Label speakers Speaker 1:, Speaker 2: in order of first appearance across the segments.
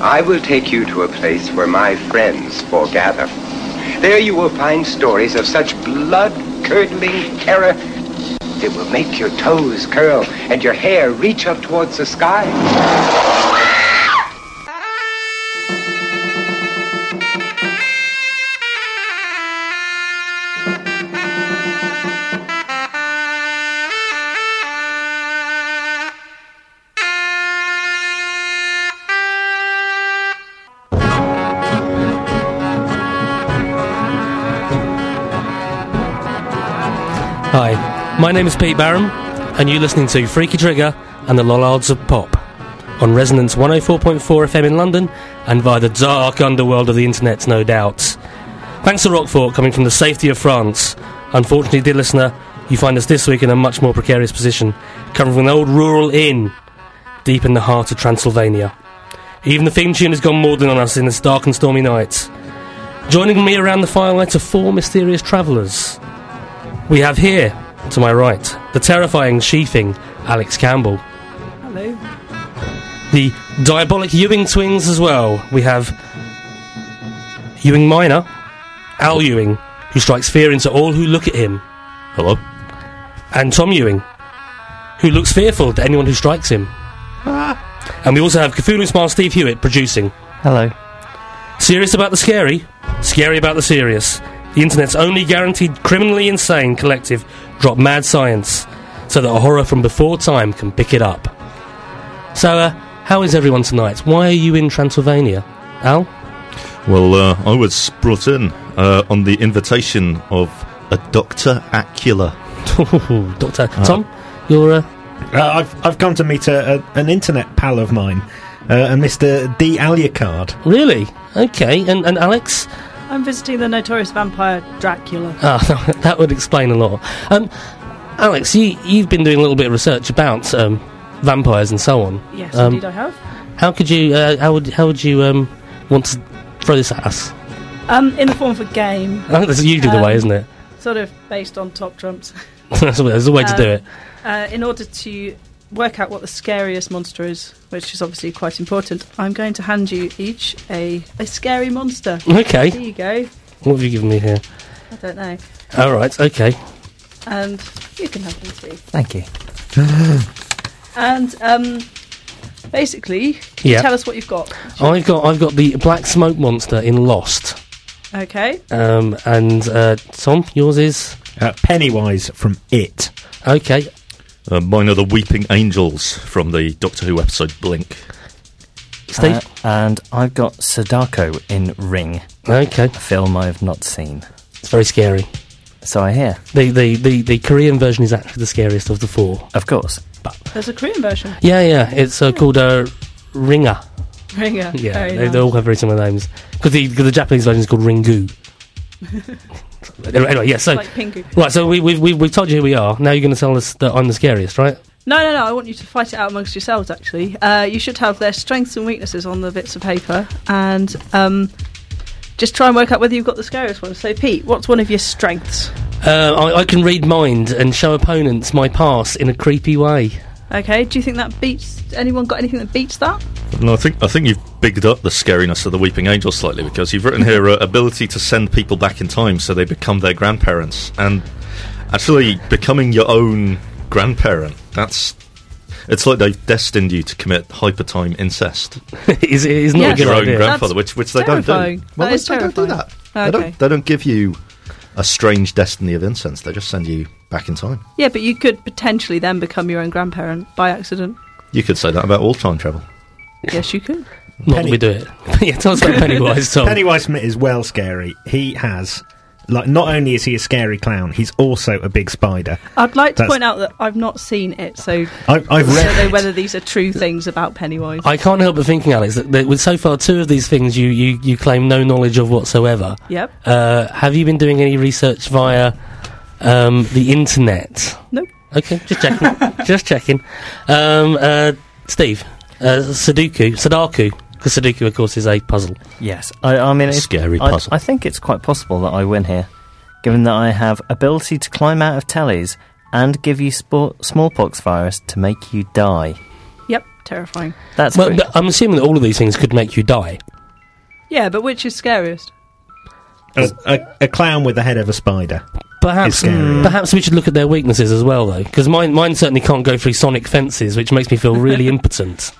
Speaker 1: I will take you to a place where my friends foregather. There you will find stories of such blood-curdling terror that will make your toes curl and your hair reach up towards the sky.
Speaker 2: Hi, my name is Pete Barham, and you're listening to Freaky Trigger and the Lollards of Pop on Resonance 104.4 FM in London and via the dark underworld of the internet, no doubt. Thanks to Rockfort coming from the safety of France. Unfortunately, dear listener, you find us this week in a much more precarious position, coming from an old rural inn deep in the heart of Transylvania. Even the theme tune has gone maudlin on us in this dark and stormy night. Joining me around the firelight are four mysterious travellers. We have here, to my right, the terrifying sheathing Alex Campbell.
Speaker 3: Hello.
Speaker 2: The diabolic Ewing twins as well. We have Ewing Minor, Al Ewing, who strikes fear into all who look at him,
Speaker 4: Hello.
Speaker 2: and Tom Ewing, who looks fearful to anyone who strikes him. And we also have Cthulhu Smile Steve Hewitt producing.
Speaker 3: Hello.
Speaker 2: Serious about the scary, scary about the serious. The internet's only guaranteed criminally insane collective drop mad science so that a horror from before time can pick it up. So, uh, how is everyone tonight? Why are you in Transylvania? Al?
Speaker 4: Well, uh, I was brought in uh, on the invitation of a Dr. Acula.
Speaker 2: Doctor. Tom? You're, uh,
Speaker 5: Uh, I've, I've come to meet a, a, an internet pal of mine, uh, a Mr. D. Alucard.
Speaker 2: really? Okay, and, and Alex?
Speaker 6: I'm visiting the notorious vampire Dracula.
Speaker 2: Ah, that would explain a lot. Um, Alex, you, you've been doing a little bit of research about um, vampires and so on.
Speaker 6: Yes,
Speaker 2: Um,
Speaker 6: indeed I have.
Speaker 2: How could you? Uh, how would how would you um, want to throw this at us?
Speaker 6: Um, in the form of a game,
Speaker 2: I think that's usually the
Speaker 6: Um,
Speaker 2: way, isn't it?
Speaker 6: sort of based on top trumps,
Speaker 2: that's, a, that's a way to do it.
Speaker 6: uh, in order to work out what the scariest monster is, which is obviously quite important, I'm going to hand you each a, a scary monster. There
Speaker 2: Okay,
Speaker 6: you go.
Speaker 2: what have you given me here?
Speaker 6: I don't know.
Speaker 2: All right, okay.
Speaker 6: And you can have them too.
Speaker 3: Thank you.
Speaker 6: And um, basically, can
Speaker 2: Yeah.
Speaker 6: you tell us what you've got?
Speaker 2: I've got I've got the black smoke monster in Lost,
Speaker 6: Okay.
Speaker 2: um, and uh, Tom, yours is
Speaker 5: Uh, Pennywise from It.
Speaker 2: okay.
Speaker 4: Uh, mine are the Weeping Angels from the Doctor Who episode Blink.
Speaker 2: Steve,
Speaker 3: Uh, and I've got Sadako in Ring,
Speaker 2: okay,
Speaker 3: a film I have not seen.
Speaker 2: it's very scary.
Speaker 3: So I hear,
Speaker 2: The, the the the Korean version is actually the scariest of the four.
Speaker 3: of course.
Speaker 6: There's a Korean version.
Speaker 2: Yeah, yeah, it's uh, called uh, Ringer.
Speaker 6: Ringer.
Speaker 2: Yeah,
Speaker 6: Hmm. Very
Speaker 2: they,
Speaker 6: nice.
Speaker 2: they all have very similar names. Because the, 'cause the Japanese version is called Ringu. anyway, anyway, yeah, so.
Speaker 6: like Pingu.
Speaker 2: right, so we, we, we, we've told you who we are. Now you're going to tell us that I'm the scariest, right?
Speaker 6: No, no, no. I want you to fight it out amongst yourselves, actually. Uh, you should have their strengths and weaknesses on the bits of paper and um, just try and work out whether you've got the scariest one. So, Pete, what's one of your strengths?
Speaker 2: Uh, I, I can read mind and show opponents my past in a creepy way.
Speaker 6: Okay, do you think that beats. Anyone got anything that beats that?
Speaker 4: No, I think I think you've bigged up the scariness of the Weeping Angels slightly because you've written here uh, ability to send people back in time so they become their grandparents and actually becoming your own grandparent. That's it's like they've destined you to commit hypertime incest.
Speaker 2: it's, it's not
Speaker 6: Yeah.
Speaker 2: a
Speaker 4: with
Speaker 2: good
Speaker 4: your own
Speaker 2: idea.
Speaker 6: grand-
Speaker 4: grandfather,
Speaker 6: That's
Speaker 4: which which they
Speaker 6: terrifying.
Speaker 4: don't do. Well,
Speaker 6: That
Speaker 4: they,
Speaker 6: is
Speaker 4: they don't do that.
Speaker 6: terrifying.
Speaker 4: They
Speaker 6: Okay.
Speaker 4: don't. They don't give you a strange destiny of incense. They just send you back in time.
Speaker 6: Yeah, but you could potentially then become your own grandparent by accident.
Speaker 4: You could say that about all time travel.
Speaker 6: Yes, you could.
Speaker 2: not that we do it. yeah, tell us about Pennywise, Tom.
Speaker 5: Pennywise from It is well scary. He has. Like, not only is he a scary clown, he's also a big spider.
Speaker 6: I'd like to
Speaker 5: That's-
Speaker 6: point out that I've not seen it, so
Speaker 5: I, I've
Speaker 6: I don't know
Speaker 5: read.
Speaker 6: whether these are true things about Pennywise.
Speaker 2: I can't help but thinking, Alex, that, that with so far two of these things you, you, you claim no knowledge of whatsoever.
Speaker 6: Yep.
Speaker 2: Uh, have you been doing any research via um, the internet?
Speaker 6: Nope.
Speaker 2: Okay, just checking. just checking. Um, uh, Steve, uh, Sudoku, Sudoku, because Sudoku, of course, is a puzzle.
Speaker 3: Yes, I, I mean, it's,
Speaker 4: Scary
Speaker 3: I,
Speaker 4: puzzle.
Speaker 3: I think it's quite possible that I win here, given that I have ability to climb out of tellies and give you spor- smallpox virus to make you die.
Speaker 6: Yep. terrifying.
Speaker 3: That's
Speaker 2: Well,
Speaker 3: good.
Speaker 2: th- I'm assuming that all of these things could make you die.
Speaker 6: Yeah, but which is scariest?
Speaker 5: A, a, a clown with the head of a spider.
Speaker 2: Perhaps,
Speaker 5: It's scary.
Speaker 2: perhaps we should look at their weaknesses as well, though, because mine, mine certainly can't go through sonic fences, which makes me feel really impotent.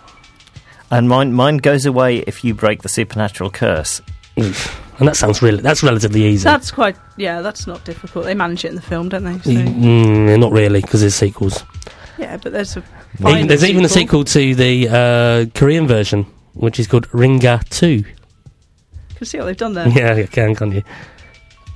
Speaker 3: and mine, mine goes away if you break the supernatural curse.
Speaker 2: Oof. And that sounds really that's relatively easy.
Speaker 6: That's quite. Yeah, that's not difficult. They manage it in the film, don't they? So,
Speaker 2: Mm, not really, because there's sequels.
Speaker 6: yeah, but there's a.
Speaker 2: Even-
Speaker 6: final
Speaker 2: there's even a sequel to the uh, Korean version, which is called Ringa 2.
Speaker 6: Can see what they've done there.
Speaker 2: Yeah, you can, can't you?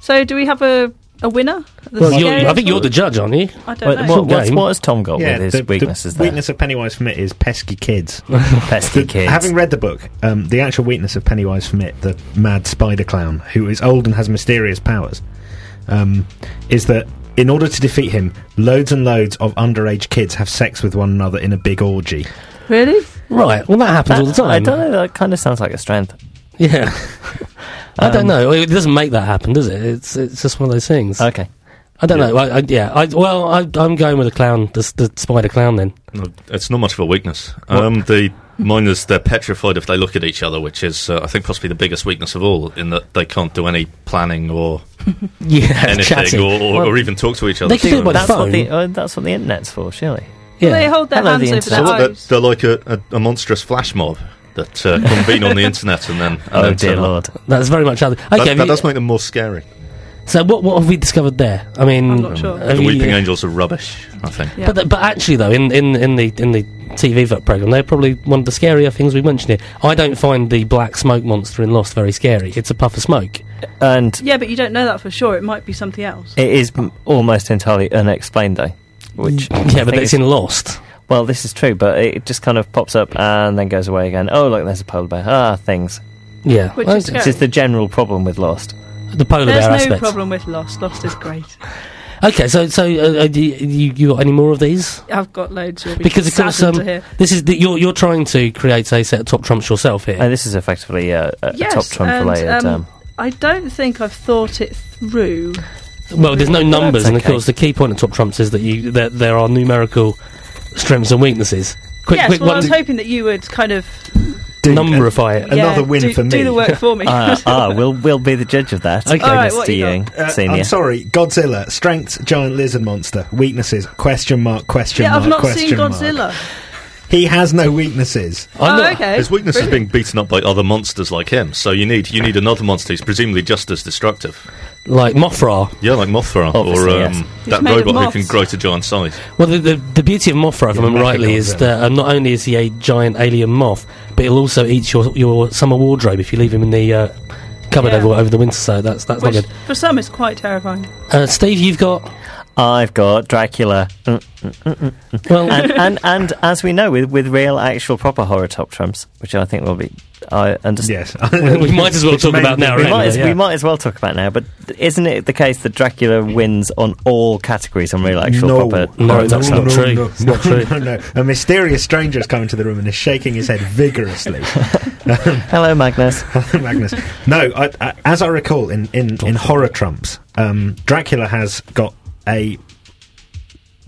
Speaker 6: So, do we have a a winner? The
Speaker 2: Well, you're,
Speaker 6: scariest
Speaker 2: I think you're
Speaker 6: one?
Speaker 2: the judge, aren't you?
Speaker 6: I don't
Speaker 3: What,
Speaker 6: know.
Speaker 3: what, what's,
Speaker 2: game.
Speaker 3: what has Tom got with his
Speaker 5: the, the
Speaker 3: weaknesses there?
Speaker 5: weakness of Pennywise from it is pesky kids.
Speaker 3: Pesky kids.
Speaker 5: Having read the book, um, the actual weakness of Pennywise from it, the mad spider clown who is old and has mysterious powers, um, is that in order to defeat him, loads and loads of underage kids have sex with one another in a big orgy.
Speaker 6: Really?
Speaker 2: Right, well, that happens
Speaker 3: That-
Speaker 2: all the time.
Speaker 3: I don't know, that kind of sounds like a strength.
Speaker 2: Yeah. Um, I don't know. It doesn't make that happen, does it? It's it's just one of those things. I,
Speaker 3: Okay.
Speaker 2: don't know. I, I, yeah. I, well, I, I'm going with the clown, the, s- the spider clown. Then
Speaker 4: No, it's not much of a weakness. Um, the mine is they're petrified if they look at each other, which is uh, I think possibly the biggest weakness of all, in that they can't do any planning or
Speaker 2: yeah,
Speaker 4: anything, or, or, or even talk to each other.
Speaker 2: They can do it by the
Speaker 3: that's what
Speaker 2: phone.
Speaker 3: the uh, that's what the internet's for, surely.
Speaker 2: yeah.
Speaker 6: They hold their
Speaker 3: Hello,
Speaker 6: hands
Speaker 3: the
Speaker 6: over
Speaker 3: internet.
Speaker 6: their
Speaker 4: So what, they're,
Speaker 6: eyes.
Speaker 4: they're like a, a, a monstrous flash mob that uh, convene on the internet and then. And
Speaker 3: Oh
Speaker 4: then
Speaker 3: dear
Speaker 4: turn up.
Speaker 3: lord.
Speaker 2: That's very much other.
Speaker 4: That,
Speaker 2: Okay, have
Speaker 4: that
Speaker 2: you-
Speaker 4: does make them more scary.
Speaker 2: so what what have we discovered there? I mean,
Speaker 6: I'm
Speaker 3: Um,
Speaker 6: not sure.
Speaker 2: have
Speaker 4: the
Speaker 2: you-
Speaker 4: Weeping Angels are rubbish, I think.
Speaker 6: Yeah.
Speaker 2: But th- but actually though, in, in, in the in the TV vote program, they're probably one of the scarier things we mentioned here. I don't find the black smoke monster in Lost very scary. It's a puff of smoke.
Speaker 3: And
Speaker 6: Yeah, but you don't know that for sure. It might be something else.
Speaker 3: it is m- almost entirely unexplained though. Which
Speaker 2: Yeah, but it's
Speaker 3: it's
Speaker 2: in Lost.
Speaker 3: well, this is true, but it just kind of pops up and then goes away again. Oh look, there's a polar bear. Ah, things.
Speaker 2: Yeah,
Speaker 6: Which
Speaker 2: Well,
Speaker 6: is
Speaker 3: It's
Speaker 6: Okay.
Speaker 3: just the general problem with Lost.
Speaker 2: the polar
Speaker 6: There's
Speaker 2: bear
Speaker 6: no
Speaker 2: aspect.
Speaker 6: problem with Lost. Lost is great.
Speaker 2: Okay, so so uh, uh, do you, you you got any more of these?
Speaker 6: I've got loads. You'll be
Speaker 2: Because of course,
Speaker 6: saddened
Speaker 2: um,
Speaker 6: to hear.
Speaker 2: this is the, you're you're trying to create a set of top trumps yourself here.
Speaker 3: And this is effectively uh, a, a
Speaker 6: Yes,
Speaker 3: top trump
Speaker 6: and,
Speaker 3: related.
Speaker 6: um,
Speaker 3: Um,
Speaker 6: I don't think I've thought it through.
Speaker 2: Well, there's no numbers, and of
Speaker 3: okay.
Speaker 2: course, the key point of top trumps is that you that there are numerical strengths and weakness. Quick,
Speaker 6: yes,
Speaker 2: quick
Speaker 6: well, I
Speaker 2: one,
Speaker 6: was hoping that you would kind of
Speaker 2: numberify it.
Speaker 6: yeah,
Speaker 5: Another win
Speaker 6: do,
Speaker 5: for me.
Speaker 6: Do the work for me.
Speaker 3: ah, ah, we'll we'll be the judge of that.
Speaker 2: Okay.
Speaker 3: Okay,
Speaker 2: All
Speaker 6: right, what
Speaker 3: Mr.
Speaker 6: you got?
Speaker 3: Ewing,
Speaker 5: Uh,
Speaker 3: senior.
Speaker 5: I'm sorry, Godzilla. Strengths, giant lizard monster. Weaknesses, question mark, question
Speaker 6: yeah,
Speaker 5: mark,
Speaker 6: I've not
Speaker 5: question
Speaker 6: seen
Speaker 5: mark.
Speaker 6: Godzilla.
Speaker 5: He has no weaknesses.
Speaker 2: I'm
Speaker 6: oh,
Speaker 2: not-
Speaker 6: okay.
Speaker 4: His weakness
Speaker 6: Brilliant.
Speaker 4: is being beaten up by other monsters like him, so you need you need another monster who's presumably just as destructive.
Speaker 2: Like Mothra.
Speaker 4: Yeah, like Mothra, or
Speaker 3: Obviously,
Speaker 4: um,
Speaker 3: yes.
Speaker 4: that
Speaker 6: made of
Speaker 4: robot who can
Speaker 6: moths.
Speaker 4: grow to giant size.
Speaker 2: Well, the, the, the beauty of Mothra, if I remember rightly, is
Speaker 5: Mechagodzilla.
Speaker 2: that um, not only is he a giant alien moth, but he'll also eat your, your summer wardrobe if you leave him in the uh, cupboard
Speaker 6: Yeah.
Speaker 2: over, over the winter. So that's that's
Speaker 6: Which,
Speaker 2: not good.
Speaker 6: for some, is quite terrifying.
Speaker 2: Uh, Steve, you've got
Speaker 3: I've got Dracula. Mm.
Speaker 2: well,
Speaker 3: and, and and as we know, with with real, actual, proper horror top trumps, which I think will be, I understand.
Speaker 5: Yes.
Speaker 2: we might as well
Speaker 5: Which
Speaker 2: talk
Speaker 5: may-
Speaker 2: about now.
Speaker 3: We
Speaker 2: right?
Speaker 3: might, as,
Speaker 2: Yeah.
Speaker 3: we might as well talk about now, but isn't it the case that Dracula wins on all categories on real, actual,
Speaker 5: No.
Speaker 3: proper?
Speaker 2: No,
Speaker 3: horror top
Speaker 2: that's not
Speaker 3: trumps?
Speaker 2: true. It's not
Speaker 5: no,
Speaker 2: true.
Speaker 5: no, no. A mysterious stranger has come into the room and is shaking his head vigorously.
Speaker 3: Hello, Magnus.
Speaker 5: Magnus. No, I, I, as I recall, in, in, in horror trumps, um, Dracula has got a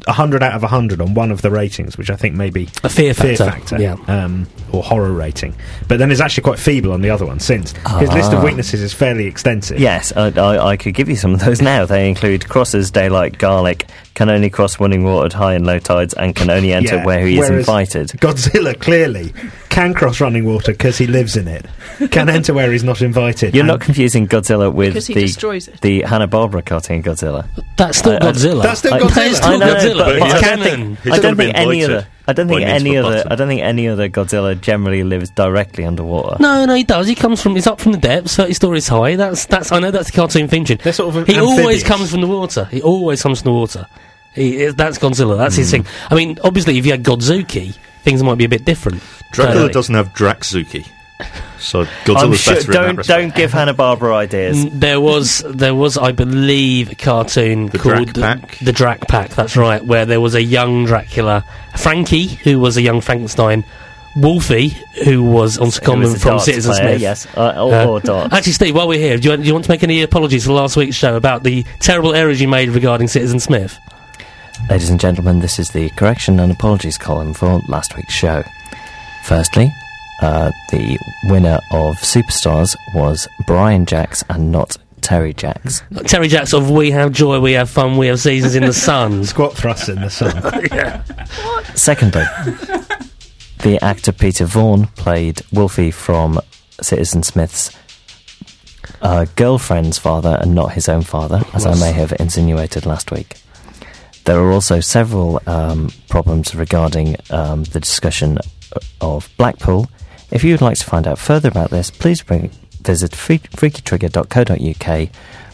Speaker 5: 100 out of 100 on one of the ratings, which I think may be
Speaker 2: A fear
Speaker 5: fear
Speaker 2: factor,
Speaker 5: factor
Speaker 2: yeah.
Speaker 5: um, or horror rating. But then is actually quite feeble on the other one since his list
Speaker 2: Ah.
Speaker 5: of weaknesses is fairly extensive.
Speaker 3: yes, I, I, I could give you some of those now. They include crosses, daylight, garlic, can only cross running water at high and low tides, and can only enter
Speaker 5: Yeah,
Speaker 3: where he is
Speaker 5: whereas
Speaker 3: invited.
Speaker 5: Godzilla clearly can cross running water because he lives in it, can enter where he's not invited.
Speaker 3: You're
Speaker 5: and
Speaker 3: not confusing Godzilla with
Speaker 6: Because he
Speaker 3: the,
Speaker 6: destroys it.
Speaker 3: the Hanna Barbera cartoon Godzilla.
Speaker 2: that's still Godzilla.
Speaker 5: That's still
Speaker 2: I-
Speaker 5: Godzilla.
Speaker 2: That is still
Speaker 5: I know,
Speaker 2: Godzilla.
Speaker 4: but
Speaker 2: It's
Speaker 4: I
Speaker 3: don't
Speaker 2: canon.
Speaker 3: think-
Speaker 4: He's
Speaker 3: I
Speaker 4: gotta
Speaker 3: don't
Speaker 4: be
Speaker 3: think any
Speaker 4: invited
Speaker 3: other. I don't
Speaker 4: by
Speaker 3: think
Speaker 4: means of
Speaker 3: any
Speaker 4: a
Speaker 3: other.
Speaker 4: button.
Speaker 3: I don't think any other Godzilla generally lives directly underwater.
Speaker 2: No, no, he does. He comes from. He's up from the depths, thirty stories high. That's that's. I know that's the cartoon featured.
Speaker 5: They're sort of
Speaker 2: he always
Speaker 5: amphibious.
Speaker 2: comes from the water. He always comes from the water. He, i- that's Godzilla. That's his
Speaker 5: Hmm.
Speaker 2: thing. I mean, obviously, if you had Godzuki, things might be a bit different.
Speaker 4: Dracula
Speaker 2: Totally.
Speaker 4: doesn't have Draxuki, so
Speaker 3: I'm
Speaker 4: Godzilla's
Speaker 3: sure,
Speaker 4: better in that
Speaker 3: don't
Speaker 4: respect.
Speaker 3: don't give Hanna Barbera ideas.
Speaker 2: Mm, There was there was, I believe, a cartoon
Speaker 4: The
Speaker 2: called
Speaker 4: Drac Pack?
Speaker 2: The, the Drac Pack. That's right, where there was a young Dracula, Frankie, who was a young Frankenstein, Wolfie, who was on
Speaker 3: Who
Speaker 2: secondment
Speaker 3: is a
Speaker 2: from
Speaker 3: darts
Speaker 2: Citizen
Speaker 3: player,
Speaker 2: Smith.
Speaker 3: Yes, uh, or,
Speaker 2: Uh,
Speaker 3: or darts.
Speaker 2: Actually, Steve, while we're here, do you, do you want to make any apologies for last week's show about the terrible errors you made regarding Citizen Smith?
Speaker 3: Ladies and gentlemen, this is the correction and apologies column for last week's show. Firstly, uh, the winner of Superstars was Brian Jacks and not Terry Jacks.
Speaker 2: Terry Jacks of We Have Joy, We Have Fun, We Have Seasons in the Sun.
Speaker 5: Squat thrusts in the sun.
Speaker 3: Secondly, the actor Peter Vaughan played Wolfie from Citizen Smith's uh, girlfriend's father and not his own father, as I may have insinuated last week. There are also several um, problems regarding um, the discussion of Blackpool. If you would like to find out further about this, please bring, visit free, freakytrigger.co.uk,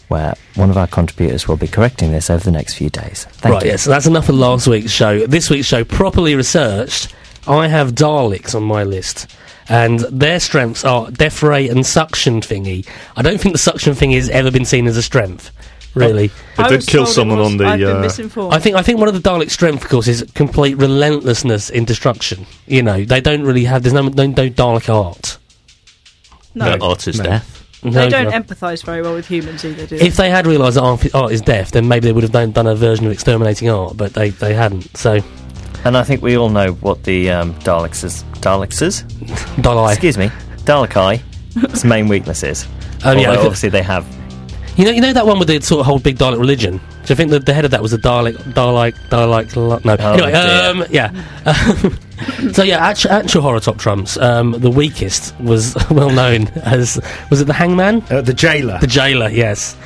Speaker 3: where one of our contributors will be correcting this over the next few days. Thank
Speaker 2: right,
Speaker 3: you.
Speaker 2: yeah, so that's enough of last week's show. This week's show, properly researched, I have Daleks on my list. And their strengths are death ray and suction thingy. I don't think the suction thingy has ever been seen as a strength, really.
Speaker 4: They
Speaker 6: I
Speaker 4: did
Speaker 6: was
Speaker 4: kill
Speaker 6: told it
Speaker 4: someone
Speaker 6: was-
Speaker 4: on the,
Speaker 6: I've been
Speaker 4: uh,
Speaker 6: misinformed.
Speaker 2: I think I think one of the Dalek strength, of course, is complete relentlessness in destruction. You know, they don't really have. There's no no, no Dalek art.
Speaker 6: no,
Speaker 4: Their art is
Speaker 5: No.
Speaker 4: death.
Speaker 2: No,
Speaker 6: they don't
Speaker 2: no.
Speaker 6: empathise very well with humans either, do they?
Speaker 2: if they had realised that art, art is death, then maybe they would have done, done a version of exterminating art, but they, they hadn't. So,
Speaker 3: And I think we all know what the um, Daleks is. Daleks is?
Speaker 2: Dalai.
Speaker 3: Excuse me. Dalekai. Its main weakness is.
Speaker 2: Um, yeah,
Speaker 3: Although
Speaker 2: I could-
Speaker 3: obviously they have.
Speaker 2: You know, you know that one with the sort of whole big Dalek religion. Do you think that the head of that was a Dalek, Dalek, Dalek? Lo- No.
Speaker 3: Oh,
Speaker 2: anyway,
Speaker 3: dear.
Speaker 2: um, yeah. so yeah, actual, actual horror top trumps. Um, the weakest was well known as was it the Hangman,
Speaker 5: Uh, the jailer.
Speaker 2: the Jailer? Yes.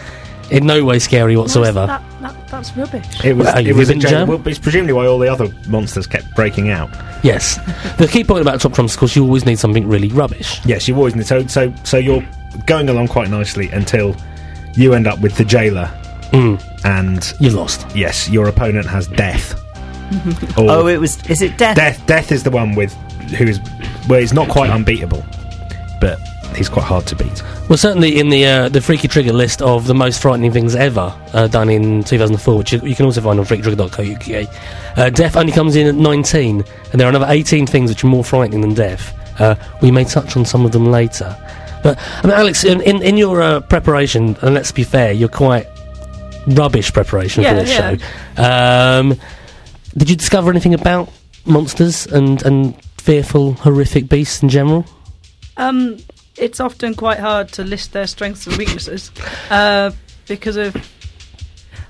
Speaker 2: In no way scary
Speaker 6: What's
Speaker 2: whatsoever.
Speaker 6: That, that, that's rubbish.
Speaker 5: It was,
Speaker 2: Well,
Speaker 5: it
Speaker 2: you've
Speaker 5: was a
Speaker 2: been
Speaker 5: jailer.
Speaker 2: jammed?
Speaker 5: Well, it's presumably why all the other monsters kept breaking out.
Speaker 2: Yes. the key point about top trumps, of course, you always need something really rubbish.
Speaker 5: Yes, you always need. So, so, so you're going along quite nicely until you end up with the jailer,
Speaker 3: Mm.
Speaker 5: and
Speaker 2: You lost.
Speaker 5: yes, your opponent has death. or
Speaker 3: Oh, it was. Is it death?
Speaker 5: death! Death is the one with who is well, he's not quite unbeatable, but he's quite hard to beat.
Speaker 2: Well, certainly in the uh, the Freaky Trigger list of the most frightening things ever uh, done in 2004, which you, you can also find on freakytrigger.co.uk, uh, death only comes in at 19, and there are another 18 things which are more frightening than death. Uh, we may touch on some of them later. But, I mean, Alex, in, in, in your uh, preparation, and let's be fair, you're quite rubbish preparation
Speaker 6: Yeah,
Speaker 2: for this
Speaker 6: yeah.
Speaker 2: show. Um, did you discover anything about monsters and, and fearful, horrific beasts in general?
Speaker 6: Um, it's often quite hard to list their strengths and weaknesses uh, because of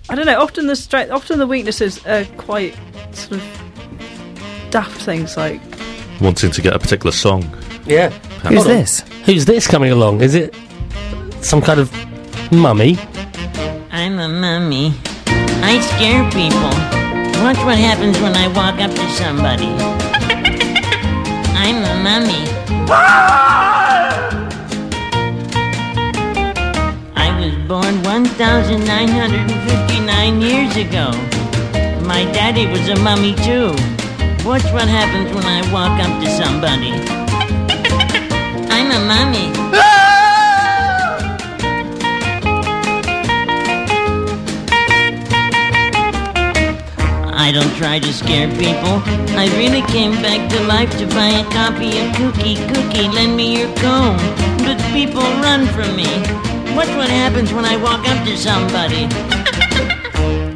Speaker 6: I don't know. Often the strength, often the weaknesses are quite sort of daft things like
Speaker 4: Wanting to get a particular song.
Speaker 2: Yeah.
Speaker 3: Who's this?
Speaker 2: Who's this coming along? Is it some kind of mummy?
Speaker 7: I'm a mummy. I scare people. Watch what happens when I walk up to somebody. I'm a mummy. I was born 1,959 years ago. My daddy was a mummy too. Watch what happens when I walk up to somebody. I'm a mummy. I don't try to scare people. I really came back to life to buy a copy of Cookie Cookie. Lend me your comb. But people run from me. Watch what happens when I walk up to somebody.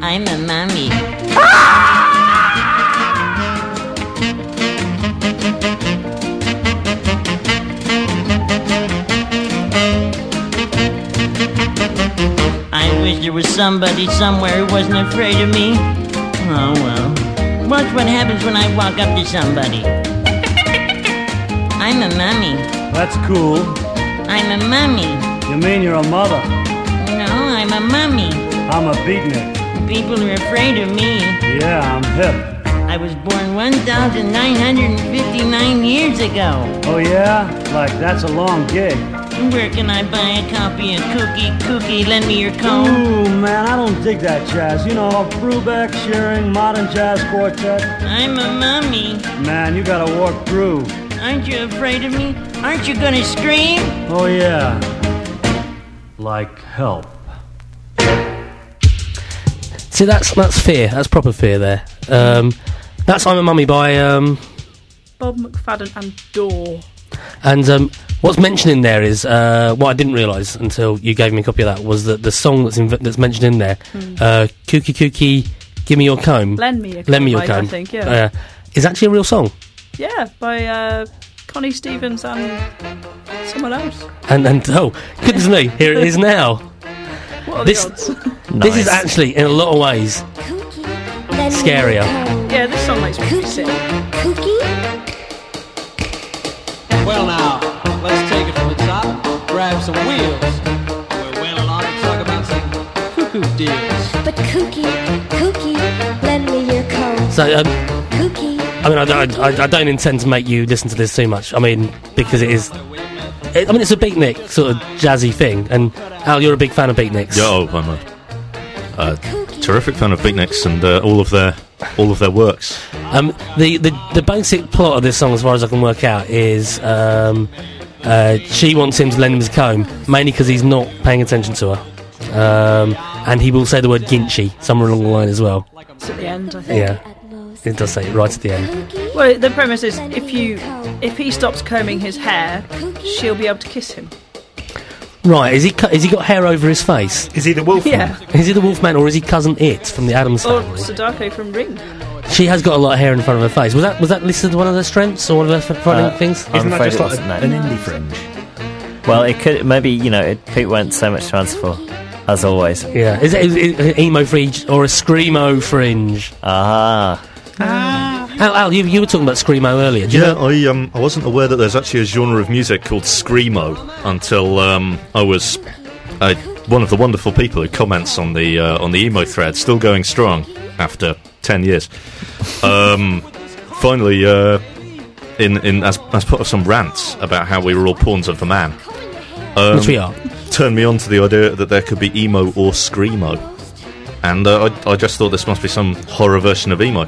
Speaker 7: I'm a mummy. I wish there was somebody somewhere who wasn't afraid of me. Oh well. Watch what happens when I walk up to somebody. I'm a mummy.
Speaker 8: That's cool.
Speaker 7: I'm a mummy.
Speaker 8: You mean you're a mother?
Speaker 7: No, I'm a mummy.
Speaker 8: I'm a beatnik.
Speaker 7: People are afraid of me.
Speaker 8: Yeah, I'm hip.
Speaker 7: I was born 1,959 years ago.
Speaker 8: Oh yeah? Like that's a long gig.
Speaker 7: Where can I buy a copy of Cookie Cookie? Lend me your comb.
Speaker 8: Ooh man, I don't dig that jazz. You know, Brubeck, Shearing, Modern Jazz Quartet.
Speaker 7: I'm a mummy.
Speaker 8: Man, you gotta walk through.
Speaker 7: Aren't you afraid of me? Aren't you gonna scream?
Speaker 8: Oh yeah. Like help.
Speaker 2: See, that's that's fear. That's proper fear there. Um, that's I'm a Mummy by um,
Speaker 6: Bob McFadden and Door.
Speaker 2: and um, what's mentioned in there is uh, what I didn't realise until you gave me a copy of that was that the song that's in, that's mentioned in there, uh, "Kooky Kooky, Give Me Your Comb,
Speaker 6: Hmm. Lend me a
Speaker 2: Lend Me Your
Speaker 6: comb, I-
Speaker 2: Comb,"
Speaker 6: I think yeah,
Speaker 2: uh, is actually a real song.
Speaker 6: yeah, by uh, Connie Stevens and someone else.
Speaker 2: And and oh goodness me, here it is now.
Speaker 6: What are
Speaker 2: This-
Speaker 6: the odds?
Speaker 2: This is actually in a lot of ways Scarier.
Speaker 6: yeah, this song makes me sick.
Speaker 9: Well now, let's take it from the top, grab some wheels. We're wailing on and talk about some cuckoo deals.
Speaker 10: But kooky, kooky, lend me your coat.
Speaker 2: so. Um,
Speaker 10: Kooky,
Speaker 2: I mean, I, don't- I, I don't intend to make you listen to this too much. I mean, because it is. I mean, it's a beatnik sort of jazzy thing, and Al, you're a big fan of beatniks.
Speaker 4: Yeah, oh, I'm a
Speaker 10: kooky.
Speaker 4: terrific fan of Beatniks and uh, all of their all of their works.
Speaker 2: Um, the, the the basic plot of this song, as far as I can work out, is um, uh, she wants him to lend him his comb, mainly because he's not paying attention to her. Um, and he will say the word Ginchy somewhere along the line as well.
Speaker 6: It's at the end, I think.
Speaker 2: Yeah, it does say it right at the end.
Speaker 10: Kooky,
Speaker 6: Well, the premise is if you if he stops combing his hair, she'll be able to kiss him.
Speaker 2: Right, is he cu- is he got hair over his face?
Speaker 5: Is he the wolf?
Speaker 6: Yeah,
Speaker 2: Is he the Wolfman or is he cousin It from the Adams
Speaker 6: or
Speaker 2: family?
Speaker 6: Sadako from Ring.
Speaker 2: She has got a lot of hair in front of her face. Was that was that listed as one of her strengths or one of her f- running
Speaker 3: Uh,
Speaker 2: things?
Speaker 3: I'm
Speaker 5: Isn't that
Speaker 3: afraid
Speaker 5: just
Speaker 3: it
Speaker 5: like a,
Speaker 3: wasn't, no.
Speaker 5: an indie fringe?
Speaker 3: Well, it could maybe you know it, Pete went so much chance for, as always.
Speaker 2: Yeah, is it, is it an emo fringe or a screamo fringe?
Speaker 3: Ah,
Speaker 2: Al, Al you, you were talking about screamo earlier. Do you
Speaker 4: Yeah,
Speaker 2: know?
Speaker 4: I um, I wasn't aware that there's actually a genre of music called screamo until um, I was uh, one of the wonderful people who comments on the uh, on the emo thread, still going strong after ten years. Um, finally, uh, in in as as part of some rants about how we were all pawns of the man, um,
Speaker 2: Which we
Speaker 3: uh,
Speaker 2: are.
Speaker 4: turned me on to the idea that there could be emo or screamo, and uh, I I just thought this must be some horror version of emo.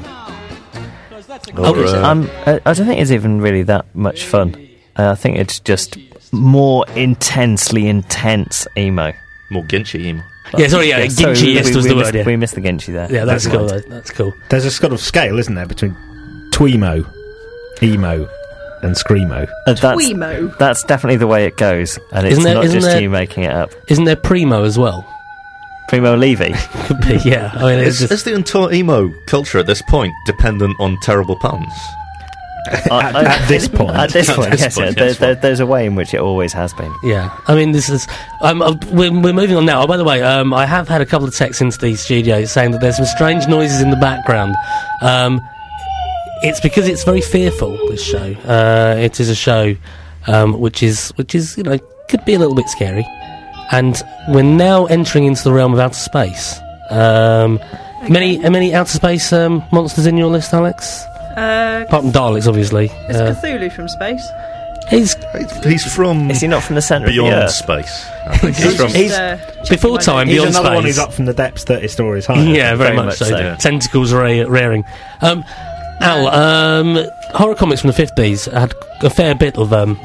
Speaker 2: Oh,
Speaker 4: Or, uh,
Speaker 3: um, I, I don't think it's even really that much fun. Uh, I think it's just more intensely intense emo.
Speaker 4: more Genshi emo.
Speaker 2: Yeah, sorry, yeah,
Speaker 3: sorry,
Speaker 2: Ginchy yes was
Speaker 3: we
Speaker 2: the
Speaker 3: missed,
Speaker 2: word. Yeah,
Speaker 3: We missed the Genchi there. Uh,
Speaker 2: yeah that's
Speaker 3: Never
Speaker 2: cool.
Speaker 3: mind.
Speaker 2: though, That's cool.
Speaker 5: There's a sort of scale, isn't there, between Tweemo, Emo, and Screamo.
Speaker 3: Uh, that's,
Speaker 6: Tweemo.
Speaker 3: That's definitely the way it goes, and it's
Speaker 2: Isn't there-
Speaker 3: not
Speaker 2: isn't
Speaker 3: just
Speaker 2: there-
Speaker 3: you making it up.
Speaker 2: Isn't there primo as well?
Speaker 3: Primo Levi.
Speaker 2: Could be. Yeah, I mean, it's
Speaker 4: Is,
Speaker 2: just
Speaker 4: is the entire emo culture at this point dependent on terrible puns?
Speaker 3: at,
Speaker 5: at this point.
Speaker 3: At this
Speaker 4: At
Speaker 3: point,
Speaker 4: this
Speaker 3: yes.
Speaker 4: point,
Speaker 3: yeah,
Speaker 4: yes,
Speaker 3: there, there,
Speaker 4: well.
Speaker 3: there's a way in which it always has been.
Speaker 2: yeah. I mean, this is. Um, uh, we're, we're moving on now. Oh, by the way, um, I have had a couple of texts into the studio saying that there's some strange noises in the background. Um, it's because it's very fearful. This show. Uh, it is a show um, which is which is you know could be a little bit scary, and we're now entering into the realm of outer space. Um, Many uh, many outer space um, monsters in your list, Alex?
Speaker 6: Uh,
Speaker 2: Apart from Daleks, obviously.
Speaker 6: it's
Speaker 2: Uh,
Speaker 6: Cthulhu from space.
Speaker 2: he's
Speaker 4: He's from
Speaker 3: Is he not from the centre
Speaker 4: beyond
Speaker 3: of the earth?
Speaker 4: space. I think he's
Speaker 6: Just,
Speaker 4: from.
Speaker 5: he's-
Speaker 6: uh, checking
Speaker 2: before
Speaker 6: my
Speaker 2: time,
Speaker 6: notes.
Speaker 5: He's
Speaker 2: Beyond
Speaker 5: another one
Speaker 2: space.
Speaker 5: who's up from the depths 30 stories high.
Speaker 2: yeah, very, much, so.
Speaker 3: yeah.
Speaker 2: Tentacles ra- rearing. Um, Al, um, horror comics from the fifties had a fair bit of um,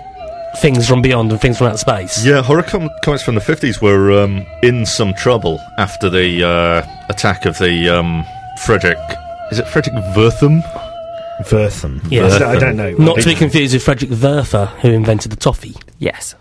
Speaker 2: things from beyond and things from outer space.
Speaker 4: Yeah, horror com- comics from the fifties were um, in some trouble after the uh, attack of the um, Frederick. Is it Frederick Wertham?
Speaker 5: Vertham.
Speaker 2: Yeah.
Speaker 5: So I don't know.
Speaker 2: Not to be confused with Frederick Werther, who invented the toffee.
Speaker 3: Yes.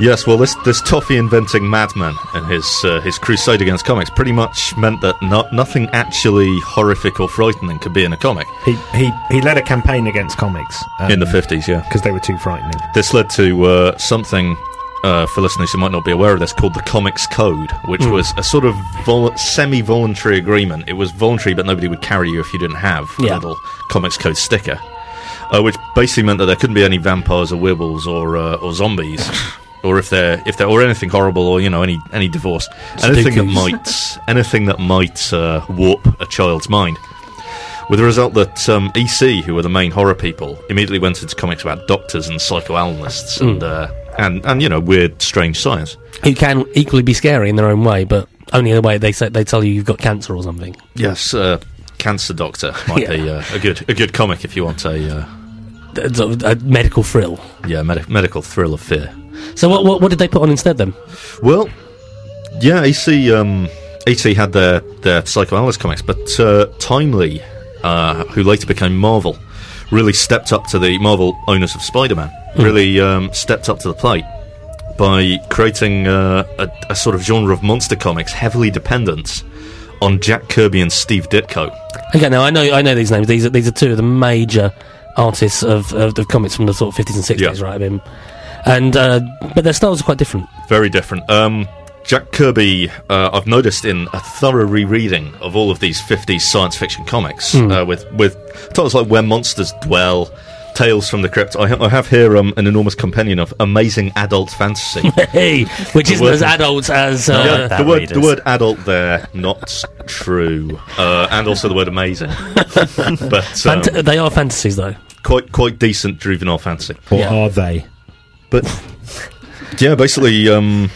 Speaker 4: Yes. Well, this this toffee inventing madman and his uh, his crusade against comics pretty much meant that no- nothing actually horrific or frightening could be in a comic
Speaker 5: He, he, he led a campaign against comics. um,
Speaker 4: in the fifties. Yeah.
Speaker 5: because they were too frightening.
Speaker 4: This led to uh, something uh, for listeners who might not be aware of this called the Comics Code, which was a sort of vol- semi voluntary agreement. It was voluntary, but nobody would carry you if you didn't have
Speaker 2: Yeah.
Speaker 4: a little Comics Code sticker, uh, which basically meant that there couldn't be any vampires or werewolves or uh, or zombies. Or if they're if they're or anything horrible or you know any any divorce anything that
Speaker 2: Spookies.
Speaker 4: might anything that might uh, warp a child's mind with the result that um, EC, who were the main horror people, immediately went into comics about doctors and psychoanalysts and uh, and and you know weird, strange science.
Speaker 2: Who can equally be scary in their own way, but only in the way they say, they tell you you've got cancer or something.
Speaker 4: Yes, uh, Cancer Doctor might be uh, a good a good comic if you want a uh,
Speaker 2: It's a, a medical frill.
Speaker 4: yeah medi- medical thrill of fear.
Speaker 2: So what, what what did they put on instead then?
Speaker 4: Well, yeah, EC um, ET had their their psychoanalyst comics, but uh, Timely, uh, who later became Marvel, really stepped up to the Marvel owners of Spider-Man. Really um, stepped up to the plate by creating uh, a, a sort of genre of monster comics heavily dependent on Jack Kirby and Steve Ditko.
Speaker 2: Okay, now I know I know these names. These are these are two of the major artists of, of the comics from the sort of fifties and sixties,
Speaker 4: Yeah.
Speaker 2: right? I mean, and uh, but their styles are quite different.
Speaker 4: Very different. Um, Jack Kirby, uh, I've noticed in a thorough rereading of all of these 50s science fiction comics,
Speaker 2: Hmm.
Speaker 4: uh, with, with titles like Where Monsters Dwell, Tales from the Crypt, I, ha- I have here um, an enormous compendium of Amazing Adult Fantasy.
Speaker 2: hey, which
Speaker 4: The
Speaker 2: isn't
Speaker 4: word-
Speaker 2: as adult as
Speaker 4: Yeah,
Speaker 2: uh,
Speaker 4: the, word, the word adult there, not true. Uh, and also the word amazing. but um,
Speaker 2: Fant- they are fantasies though.
Speaker 4: quite, quite decent juvenile fantasy.
Speaker 5: Or are they?
Speaker 4: But yeah, basically, um,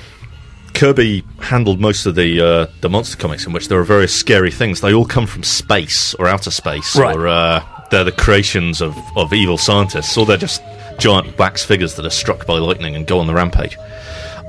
Speaker 4: Kirby handled most of the uh, the monster comics in which there are various scary things. They all come from space or outer space,
Speaker 2: Right.
Speaker 4: or uh, they're the creations of, of evil scientists, or they're just giant wax figures that are struck by lightning and go on the rampage.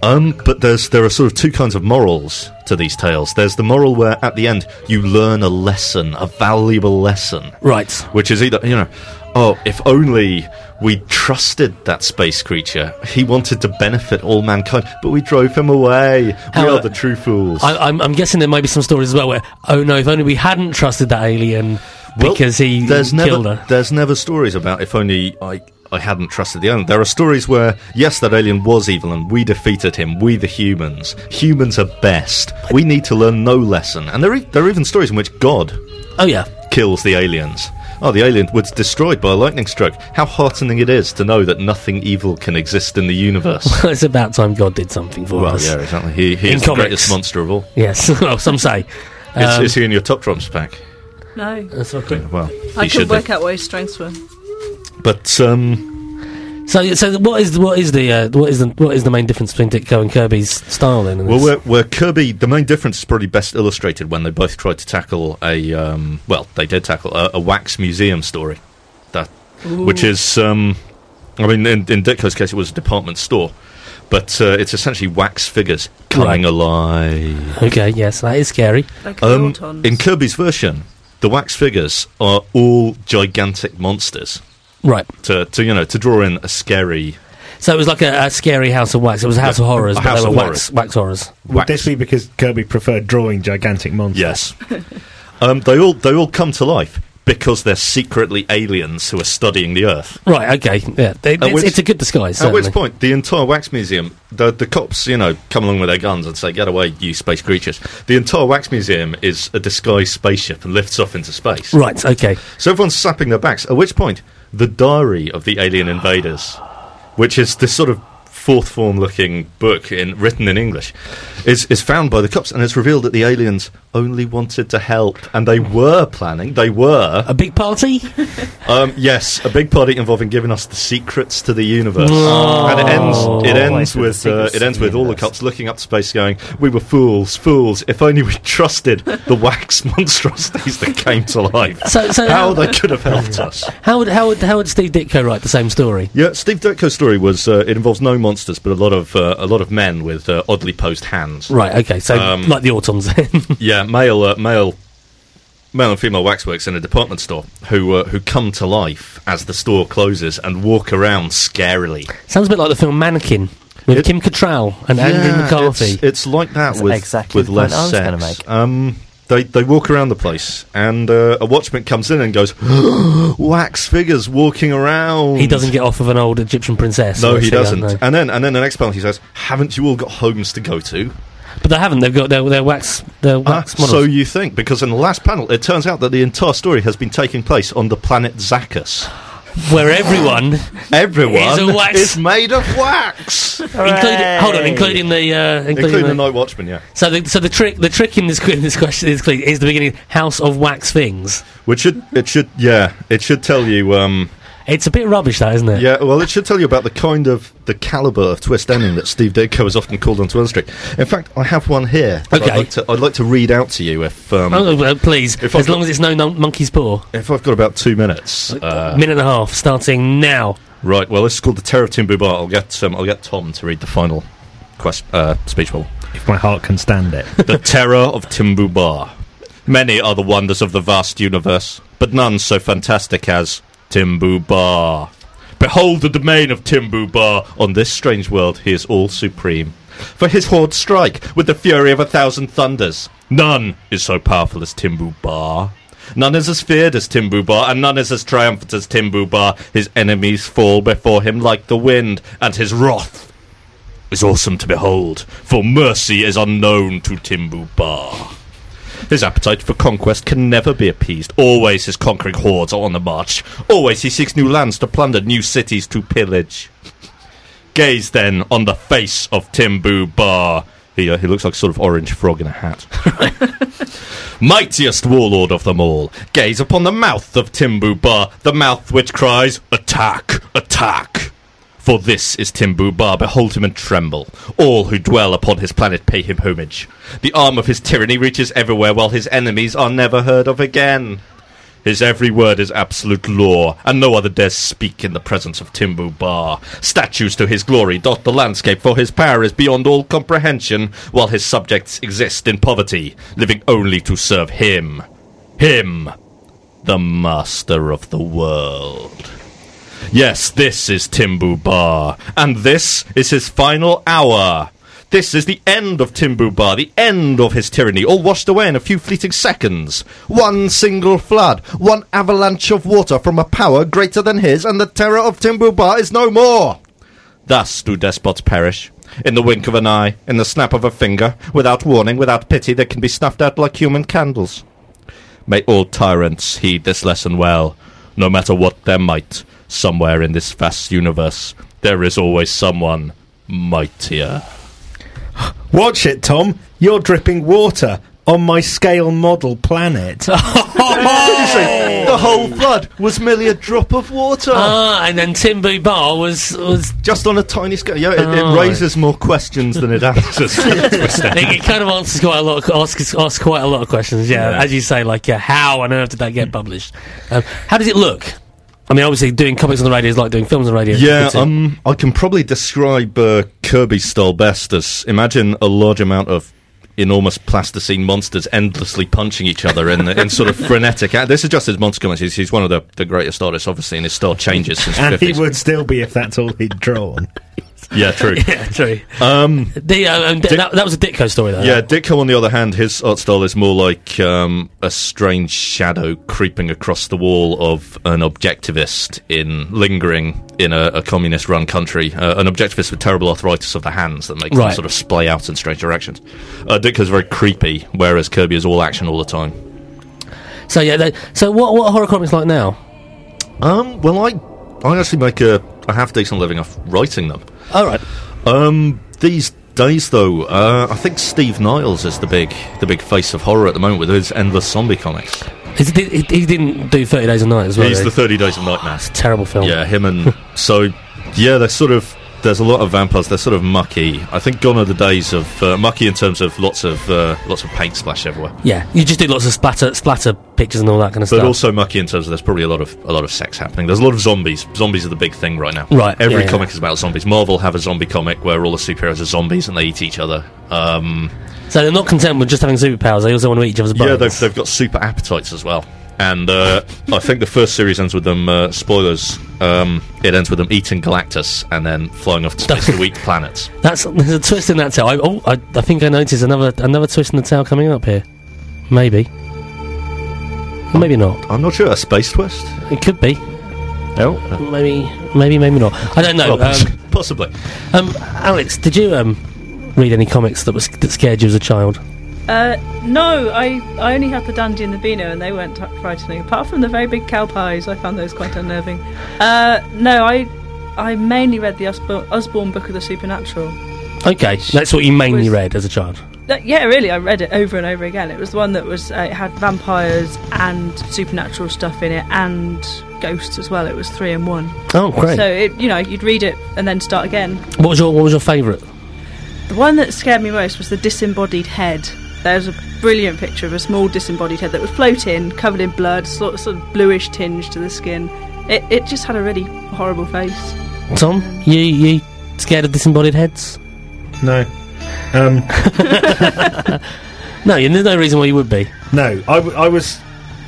Speaker 4: Um, but there's there are sort of two kinds of morals to these tales. There's the moral where at the end you learn a lesson, a valuable lesson,
Speaker 2: Right.
Speaker 4: which is either you know oh if only we trusted that space creature he wanted to benefit all mankind but we drove him away we
Speaker 2: How-
Speaker 4: are the true fools
Speaker 2: I, I'm, I'm guessing there might be some stories as well where oh no, if only we hadn't trusted that alien
Speaker 4: Well,
Speaker 2: because he
Speaker 4: there's
Speaker 2: killed
Speaker 4: never
Speaker 2: her.
Speaker 4: there's never stories about if only i I hadn't trusted the alien. There are stories where, yes, that alien was evil and we defeated him, we the humans. Humans are best. We need to learn no lesson. And there, are, e, there are even stories in which God
Speaker 2: Oh yeah,
Speaker 4: kills the aliens. Oh, the alien was destroyed by a lightning stroke. How heartening it is to know that nothing evil can exist in the universe.
Speaker 2: it's about time God did something for
Speaker 4: well,
Speaker 2: us.
Speaker 4: yeah, exactly. He, he
Speaker 2: In
Speaker 4: is the
Speaker 2: comics.
Speaker 4: greatest monster of all.
Speaker 2: Yes, well, some say.
Speaker 4: Is,
Speaker 2: Um,
Speaker 4: is he in your top drops pack?
Speaker 6: No,
Speaker 2: that's not good.
Speaker 4: Well,
Speaker 6: I
Speaker 4: he should
Speaker 6: could
Speaker 4: do.
Speaker 6: work out what his strengths were.
Speaker 4: But um,
Speaker 2: So, so what is what is the uh, what is the what is the main difference between Ditko and Kirby's style then? in
Speaker 4: well,
Speaker 2: this?
Speaker 4: where, where Kirby, the main difference is probably best illustrated when they both tried to tackle a um, well, they did tackle a, a wax museum story, that which is um, I mean, in, in Ditko's case, it was a department store, but uh, it's essentially wax figures coming
Speaker 2: Right.
Speaker 4: alive.
Speaker 2: okay, yes, that is scary.
Speaker 6: Like
Speaker 4: Um,
Speaker 6: autons.
Speaker 4: in Kirby's version, the wax figures are all gigantic monsters.
Speaker 2: Right.
Speaker 4: To, to you know, to draw in a scary
Speaker 2: So it was like a, a scary House of Wax. It was a House
Speaker 4: Yeah,
Speaker 2: of Horrors,
Speaker 4: a
Speaker 2: but
Speaker 4: House
Speaker 2: they were
Speaker 4: of
Speaker 2: wax, wax horrors.
Speaker 5: Would this be because Kirby preferred drawing gigantic monsters?
Speaker 4: yes. um, they all they all come to life because they're secretly aliens who are studying the Earth.
Speaker 2: Right. Okay. Yeah. They- it's,
Speaker 4: which-
Speaker 2: it's a good disguise.
Speaker 4: At
Speaker 2: Certainly.
Speaker 4: which point, the entire wax museum, the the cops, you know, come along with their guns and say, "Get away, you space creatures!" The entire wax museum is a disguised spaceship and lifts off into space.
Speaker 2: Right. Okay.
Speaker 4: So everyone's slapping their backs, at which point, the diary of the alien invaders, which is this sort of fourth form looking book in, written in English, is, is found by the cops and it's revealed that the aliens only wanted to help and they were planning, they were,
Speaker 2: A big party.
Speaker 4: um, yes, a big party involving giving us the secrets to the universe. And it ends, it ends
Speaker 3: Always with Oh, the
Speaker 4: with, uh,
Speaker 3: secrets
Speaker 4: it
Speaker 3: to
Speaker 4: ends
Speaker 3: the
Speaker 4: with all the
Speaker 3: universe.
Speaker 4: cops looking up to space going, we were fools, fools, if only we trusted the wax monstrosities that came to life.
Speaker 2: So, um, so
Speaker 4: How
Speaker 2: how,
Speaker 4: they could have helped us.
Speaker 2: how would how would how would Steve Ditko write the same story?
Speaker 4: Yeah, Steve Ditko's story was uh, it involves no monsters, but a lot of uh, a lot of men with uh, oddly posed hands.
Speaker 2: Right. Okay. So
Speaker 4: Um,
Speaker 2: like the Autons. then.
Speaker 4: Yeah, male uh, male male and female waxworks in a department store who uh, who come to life as the store closes and walk around scarily.
Speaker 2: Sounds a bit like the film Mannequin with
Speaker 4: It-
Speaker 2: Kim Cattrall and
Speaker 4: Yeah,
Speaker 2: Andrew McCarthy.
Speaker 4: It's, it's like that
Speaker 3: That's
Speaker 4: with
Speaker 3: exactly
Speaker 4: with
Speaker 3: the point
Speaker 4: less
Speaker 3: I was gonna
Speaker 4: sex.
Speaker 3: make.
Speaker 4: Um, they they walk around the place, and uh, a watchman comes in and goes, "Wax figures walking around."
Speaker 2: he doesn't get off of an old Egyptian princess.
Speaker 4: No,
Speaker 2: or a
Speaker 4: he
Speaker 2: figure,
Speaker 4: doesn't.
Speaker 2: no.
Speaker 4: And then, and then the next panel, he says, "Haven't you all got homes to go to?"
Speaker 2: But they haven't. They've got their, their wax their
Speaker 4: Ah,
Speaker 2: wax models.
Speaker 4: so you think? Because in the last panel, it turns out that the entire story has been taking place on the planet Zacchus.
Speaker 2: where everyone, Is
Speaker 4: Everyone
Speaker 2: a wax.
Speaker 4: is made of wax,
Speaker 2: including hold on, including the uh, including,
Speaker 4: including
Speaker 2: the,
Speaker 4: the Night Watchman. Yeah,
Speaker 2: so the so the trick the trick in this que- in this question is clear, is the beginning house of wax things.
Speaker 4: which should it should yeah it should tell you um
Speaker 2: It's a bit rubbish, that isn't it?
Speaker 4: yeah well it should tell you about the kind of the caliber of twist ending that Steve Ditko is often called onto industry. In fact, I have one here. that
Speaker 2: Okay.
Speaker 4: I'd like to, I'd like to read out to you if um,
Speaker 2: Oh, well, please,
Speaker 4: If
Speaker 2: as
Speaker 4: I've
Speaker 2: long
Speaker 4: got-
Speaker 2: as it's no non- monkey's paw.
Speaker 4: if I've got about two minutes. Uh,
Speaker 2: Minute and a half, starting now.
Speaker 4: Right. Well, this is called the Terror of Timbu Bar. I'll get um, I'll get Tom to read the final quest- uh, speech bubble.
Speaker 5: If my heart can stand it.
Speaker 4: the Terror of Timbu Bar. Many are the wonders of the vast universe, but none so fantastic as Timbu Bar. Behold the domain of Timbu Bar. On this strange world, he is all supreme. For his hordes strike with the fury of a thousand thunders. None is so powerful as Timbu Bar. None is as feared as Timbu Bar, and none is as triumphant as Timbu Bar. His enemies fall before him like the wind, and his wrath is awesome to behold, for mercy is unknown to Timbu Bar. His appetite for conquest can never be appeased. Always his conquering hordes are on the march. Always he seeks new lands to plunder, new cities to pillage. Gaze then on the face of Timbu Bar. He, uh, he looks like sort of orange frog in a hat. Mightiest warlord of them all, gaze upon the mouth of Timbu Bar, the mouth which cries, Attack! Attack! For this is Timbu Bar, behold him and tremble. All who dwell upon his planet pay him homage. The arm of his tyranny reaches everywhere, while his enemies are never heard of again. His every word is absolute law, and no other dares speak in the presence of Timbu Bar. Statues to his glory dot the landscape, for his power is beyond all comprehension, while his subjects exist in poverty, living only to serve him. Him, the master of the world. Yes, this is Timbu Bar, and this is his final hour. This is the end of Timbu Bar, the end of his tyranny, all washed away in a few fleeting seconds. One single flood, one avalanche of water from a power greater than his, and the terror of Timbu Bar is no more. Thus do despots perish. In the wink of an eye, in the snap of a finger, without warning, without pity, they can be snuffed out like human candles. May all tyrants heed this lesson well. No matter what their might, somewhere in this vast universe, there is always someone mightier.
Speaker 5: Watch it, Tom. You're dripping water on my scale model planet.
Speaker 4: The whole flood was merely a drop of water.
Speaker 2: Ah, and then Timbu Bar was was.
Speaker 4: just on a tiny scale. Yeah, it,
Speaker 2: Oh.
Speaker 4: it raises more questions than it answers.
Speaker 2: It, it kind of answers quite a lot. Of, asks, asks quite a lot of questions. Yeah, as you say, like yeah, how on earth did that get published? Um, how does it look? I mean, obviously, doing comics on the radio is like doing films on the radio.
Speaker 4: yeah,
Speaker 2: It's a-
Speaker 4: um, I can probably describe uh, Kirby style best as imagine a large amount of enormous plasticine monsters endlessly punching each other in, in sort of frenetic. act. This is just his monster comics. He's, he's one of the, the greatest artists, obviously, and his style changes since
Speaker 5: and he
Speaker 4: 50s.
Speaker 5: would still be if that's all he'd drawn.
Speaker 4: yeah, true.
Speaker 2: yeah, true.
Speaker 4: Um,
Speaker 2: The, uh, um, that, that was a Ditko story, though.
Speaker 4: Yeah, Ditko, on the other hand, his art style is more like um, a strange shadow creeping across the wall of an objectivist in lingering in a, a communist-run country, uh, an objectivist with terrible arthritis of the hands that makes
Speaker 2: Right.
Speaker 4: them sort of splay out in strange directions. Uh, Ditko's very creepy, whereas Kirby is all action all the time.
Speaker 2: So yeah, they, so what what are horror comics like now?
Speaker 4: Um, well, I I actually make a, a half decent living off writing them.
Speaker 2: All right.
Speaker 4: Um, these days, though, uh, I think Steve Niles is the big the big face of horror at the moment with his endless zombie comics.
Speaker 2: Is it, he, he didn't do Thirty Days a Night as well.
Speaker 4: He's
Speaker 2: though.
Speaker 4: the Thirty Days of Night man.
Speaker 2: terrible film.
Speaker 4: Yeah, him and so yeah, they're sort of there's a lot of vampires. They're sort of mucky. I think gone are the days of uh, mucky in terms of lots of uh, lots of paint splash everywhere,
Speaker 2: Yeah, you just do lots of splatter splatter pictures and all that kind of
Speaker 4: but
Speaker 2: stuff.
Speaker 4: also mucky in terms of there's probably a lot of a lot of sex happening. There's a lot of zombies. Zombies are the big thing right now.
Speaker 2: Right,
Speaker 4: Every
Speaker 2: yeah, yeah.
Speaker 4: comic is about zombies. Marvel have a zombie comic where all the superheroes are zombies and they eat each other. Um,
Speaker 2: so they're not content with just having superpowers; they also want to eat each other's brains.
Speaker 4: Yeah, they've, they've got super appetites as well. And uh, I think the first series ends with them, uh, spoilers, um, it ends with them eating Galactus and then flying off to space to eat planets.
Speaker 2: That's there's a twist in that tale. I, oh, I, I think I noticed another another twist in the tale coming up here. Maybe, Or maybe not.
Speaker 4: I'm not sure, a space twist?
Speaker 2: It could be.
Speaker 3: Oh.
Speaker 4: No.
Speaker 2: Maybe, maybe, maybe not. I don't
Speaker 4: Oh,
Speaker 2: know. Um,
Speaker 4: possibly.
Speaker 2: um, Alex, did you um, read any comics that was that scared you as a child?
Speaker 6: Uh, no, I, I only had the Dandy and the Beano, and they weren't t- frightening. Apart from the very big cow pies, I found those quite unnerving. Uh, no, I I mainly read the Osborne, Osborne Book of the Supernatural.
Speaker 2: Okay, that's what you mainly
Speaker 6: Was-
Speaker 2: read as a child.
Speaker 6: That- yeah, really, I read it over and over again. It was the one that was uh, it had vampires and supernatural stuff in it, and ghosts as well. It was three in one.
Speaker 2: Oh, great!
Speaker 6: So it, you know, you'd read it and then start again.
Speaker 2: what was your what was your favourite?
Speaker 6: The one that scared me most was the disembodied head. There's a brilliant picture of a small disembodied head that would float in, covered in blood, sort, sort of bluish tinge to the skin. It, it just had a really horrible face.
Speaker 2: Tom, you you scared of disembodied heads?
Speaker 5: No. Um,
Speaker 2: No, and there's no reason why you would be.
Speaker 5: no, I, w- I was.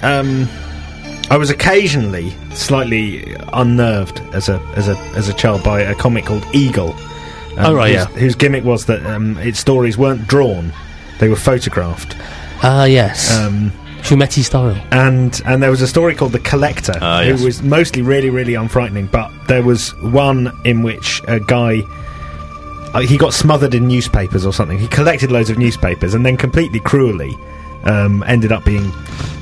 Speaker 5: Um, I was occasionally slightly unnerved as a as a as a child by a comic called Eagle. Um,
Speaker 2: Oh, right,
Speaker 5: whose, whose gimmick was that um, its stories weren't drawn; they were photographed.
Speaker 2: Ah, yes.
Speaker 5: Um,
Speaker 2: Fumetti style.
Speaker 5: and and there was a story called the collector
Speaker 4: Ah, yes.
Speaker 5: who was mostly really really unfrightening but there was one in which a guy uh, he got smothered in newspapers or something he collected loads of newspapers and then completely cruelly um, ended up being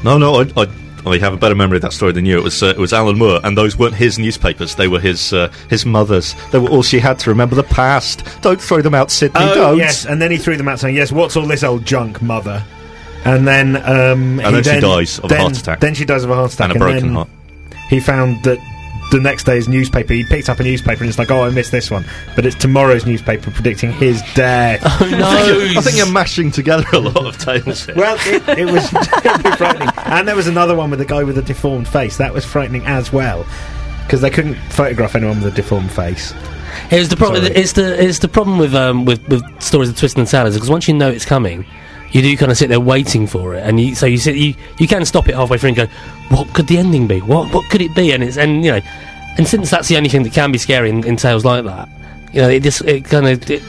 Speaker 4: No, no, I, I, I have a better memory of that story than you. It was uh, it was Alan Moore, and those weren't his newspapers. They were his uh, his mother's. They were all she had to remember the past. Don't throw them out, Sydney. don't.
Speaker 5: Oh, yes and then he threw them out saying yes what's all this old junk mother and then um,
Speaker 4: And
Speaker 5: he
Speaker 4: then she dies of a
Speaker 5: then-
Speaker 4: heart attack.
Speaker 5: then she dies of a heart attack
Speaker 4: And a broken
Speaker 5: then
Speaker 4: heart.
Speaker 5: he found that the next day's newspaper he picked up a newspaper and it's like oh I missed this one but it's tomorrow's newspaper predicting his death
Speaker 4: I think you're mashing together a lot of tales here.
Speaker 5: Well, it, it was terribly frightening. And there was another one with a guy with a deformed face. That was frightening as well. Because they couldn't photograph anyone with a deformed face.
Speaker 2: It's the problem.
Speaker 5: Sorry.
Speaker 2: It's the it's the problem with um with, with stories of twists and salads because once you know it's coming, you do kind of sit there waiting for it, and you, so you sit you, you can stop it halfway through and go, what could the ending be? What what could it be? And it's and you know, and since that's the only thing that can be scary in, in tales like that, you know, it just it kind of it,